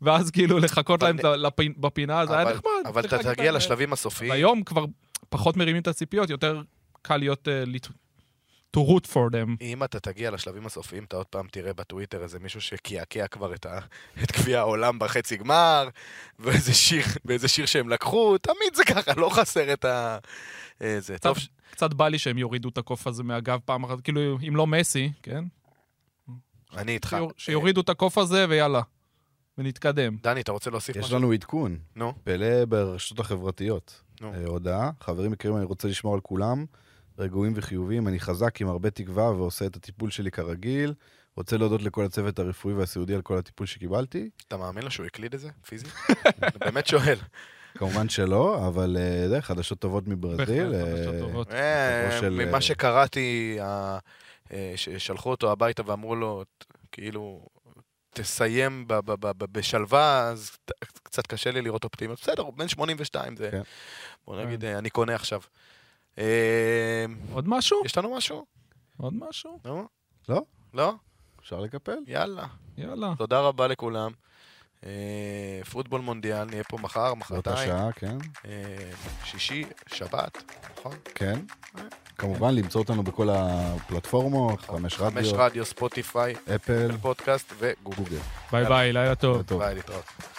S3: ואז כאילו לחכות
S5: אבל-
S3: להם לפ- בפינה, זה היה
S5: אבל-
S3: נחמד.
S5: אבל
S3: צריך
S5: אתה
S3: להגיד את
S5: תגיע
S3: האמת.
S5: לשלבים הסופיים.
S3: היום כבר פחות מרימים את הציפיות, יותר קל להיות... אה, לת- to root for them.
S5: אם אתה תגיע לשלבים הסופיים, אתה עוד פעם תראה בטוויטר איזה מישהו שקעקע כבר את, ה... את גביע העולם בחצי גמר, ואיזה שיר, ואיזה שיר שהם לקחו, תמיד זה ככה, לא חסר את ה... אה, זה
S3: קצת,
S5: טוב, ש-
S3: קצת בא לי שהם יורידו את הקוף הזה מהגב פעם אחת, כאילו, אם לא מסי, כן?
S5: אני איתך.
S3: שיור, שיורידו את הקוף הזה ויאללה, ונתקדם.
S5: אה, דני, אתה רוצה להוסיף
S4: יש
S5: משהו?
S4: לנו עדכון.
S5: נו.
S4: פלא ברשתות החברתיות.
S5: נו.
S4: אה, הודעה. חברים יקרים, אני רוצה לשמור על כולם. רגועים וחיוביים, אני חזק עם הרבה תקווה ועושה את הטיפול שלי כרגיל. רוצה להודות לכל הצוות הרפואי והסיעודי על כל הטיפול שקיבלתי.
S5: אתה מאמין לו שהוא הקליד את זה? פיזית? אני באמת שואל.
S4: כמובן שלא, אבל אה, זה חדשות טובות מברזיל.
S3: בהחלט,
S4: אה,
S3: חדשות טובות.
S5: אה,
S4: בסופו של-
S5: ממה שקראתי, ה- אה, ששלחו אותו הביתה ואמרו לו, "ת- כאילו, תסיים ב- ב- ב- ב- בשלווה, אז ת- קצת קשה לי לראות אופטימיות. בסדר, הוא בן 82, זה...
S4: כן.
S5: בוא נגיד, אה, אני קונה עכשיו. אה,
S3: עוד משהו?
S5: יש לנו משהו?
S3: עוד משהו?
S5: נו?
S4: לא?
S5: לא?
S4: אפשר לקפל?
S5: יאללה.
S3: יאללה.
S5: תודה רבה לכולם. אה, פוטבול מונדיאל, נהיה פה מחר,
S4: זאת
S5: מחרתיים,
S4: השעה, כן.
S5: אה, שישי, שבת, נכון?
S4: כן. כמובן, למצוא אותנו בכל הפלטפורמות, חמש
S5: חמש
S4: רדיו,
S5: רדיו, ספוטיפיי,
S4: אפל,
S5: פודקאסט וגוגל.
S4: גוגל.
S3: ביי ביי, לילה טוב.
S4: טוב.
S5: ביי, להתראות.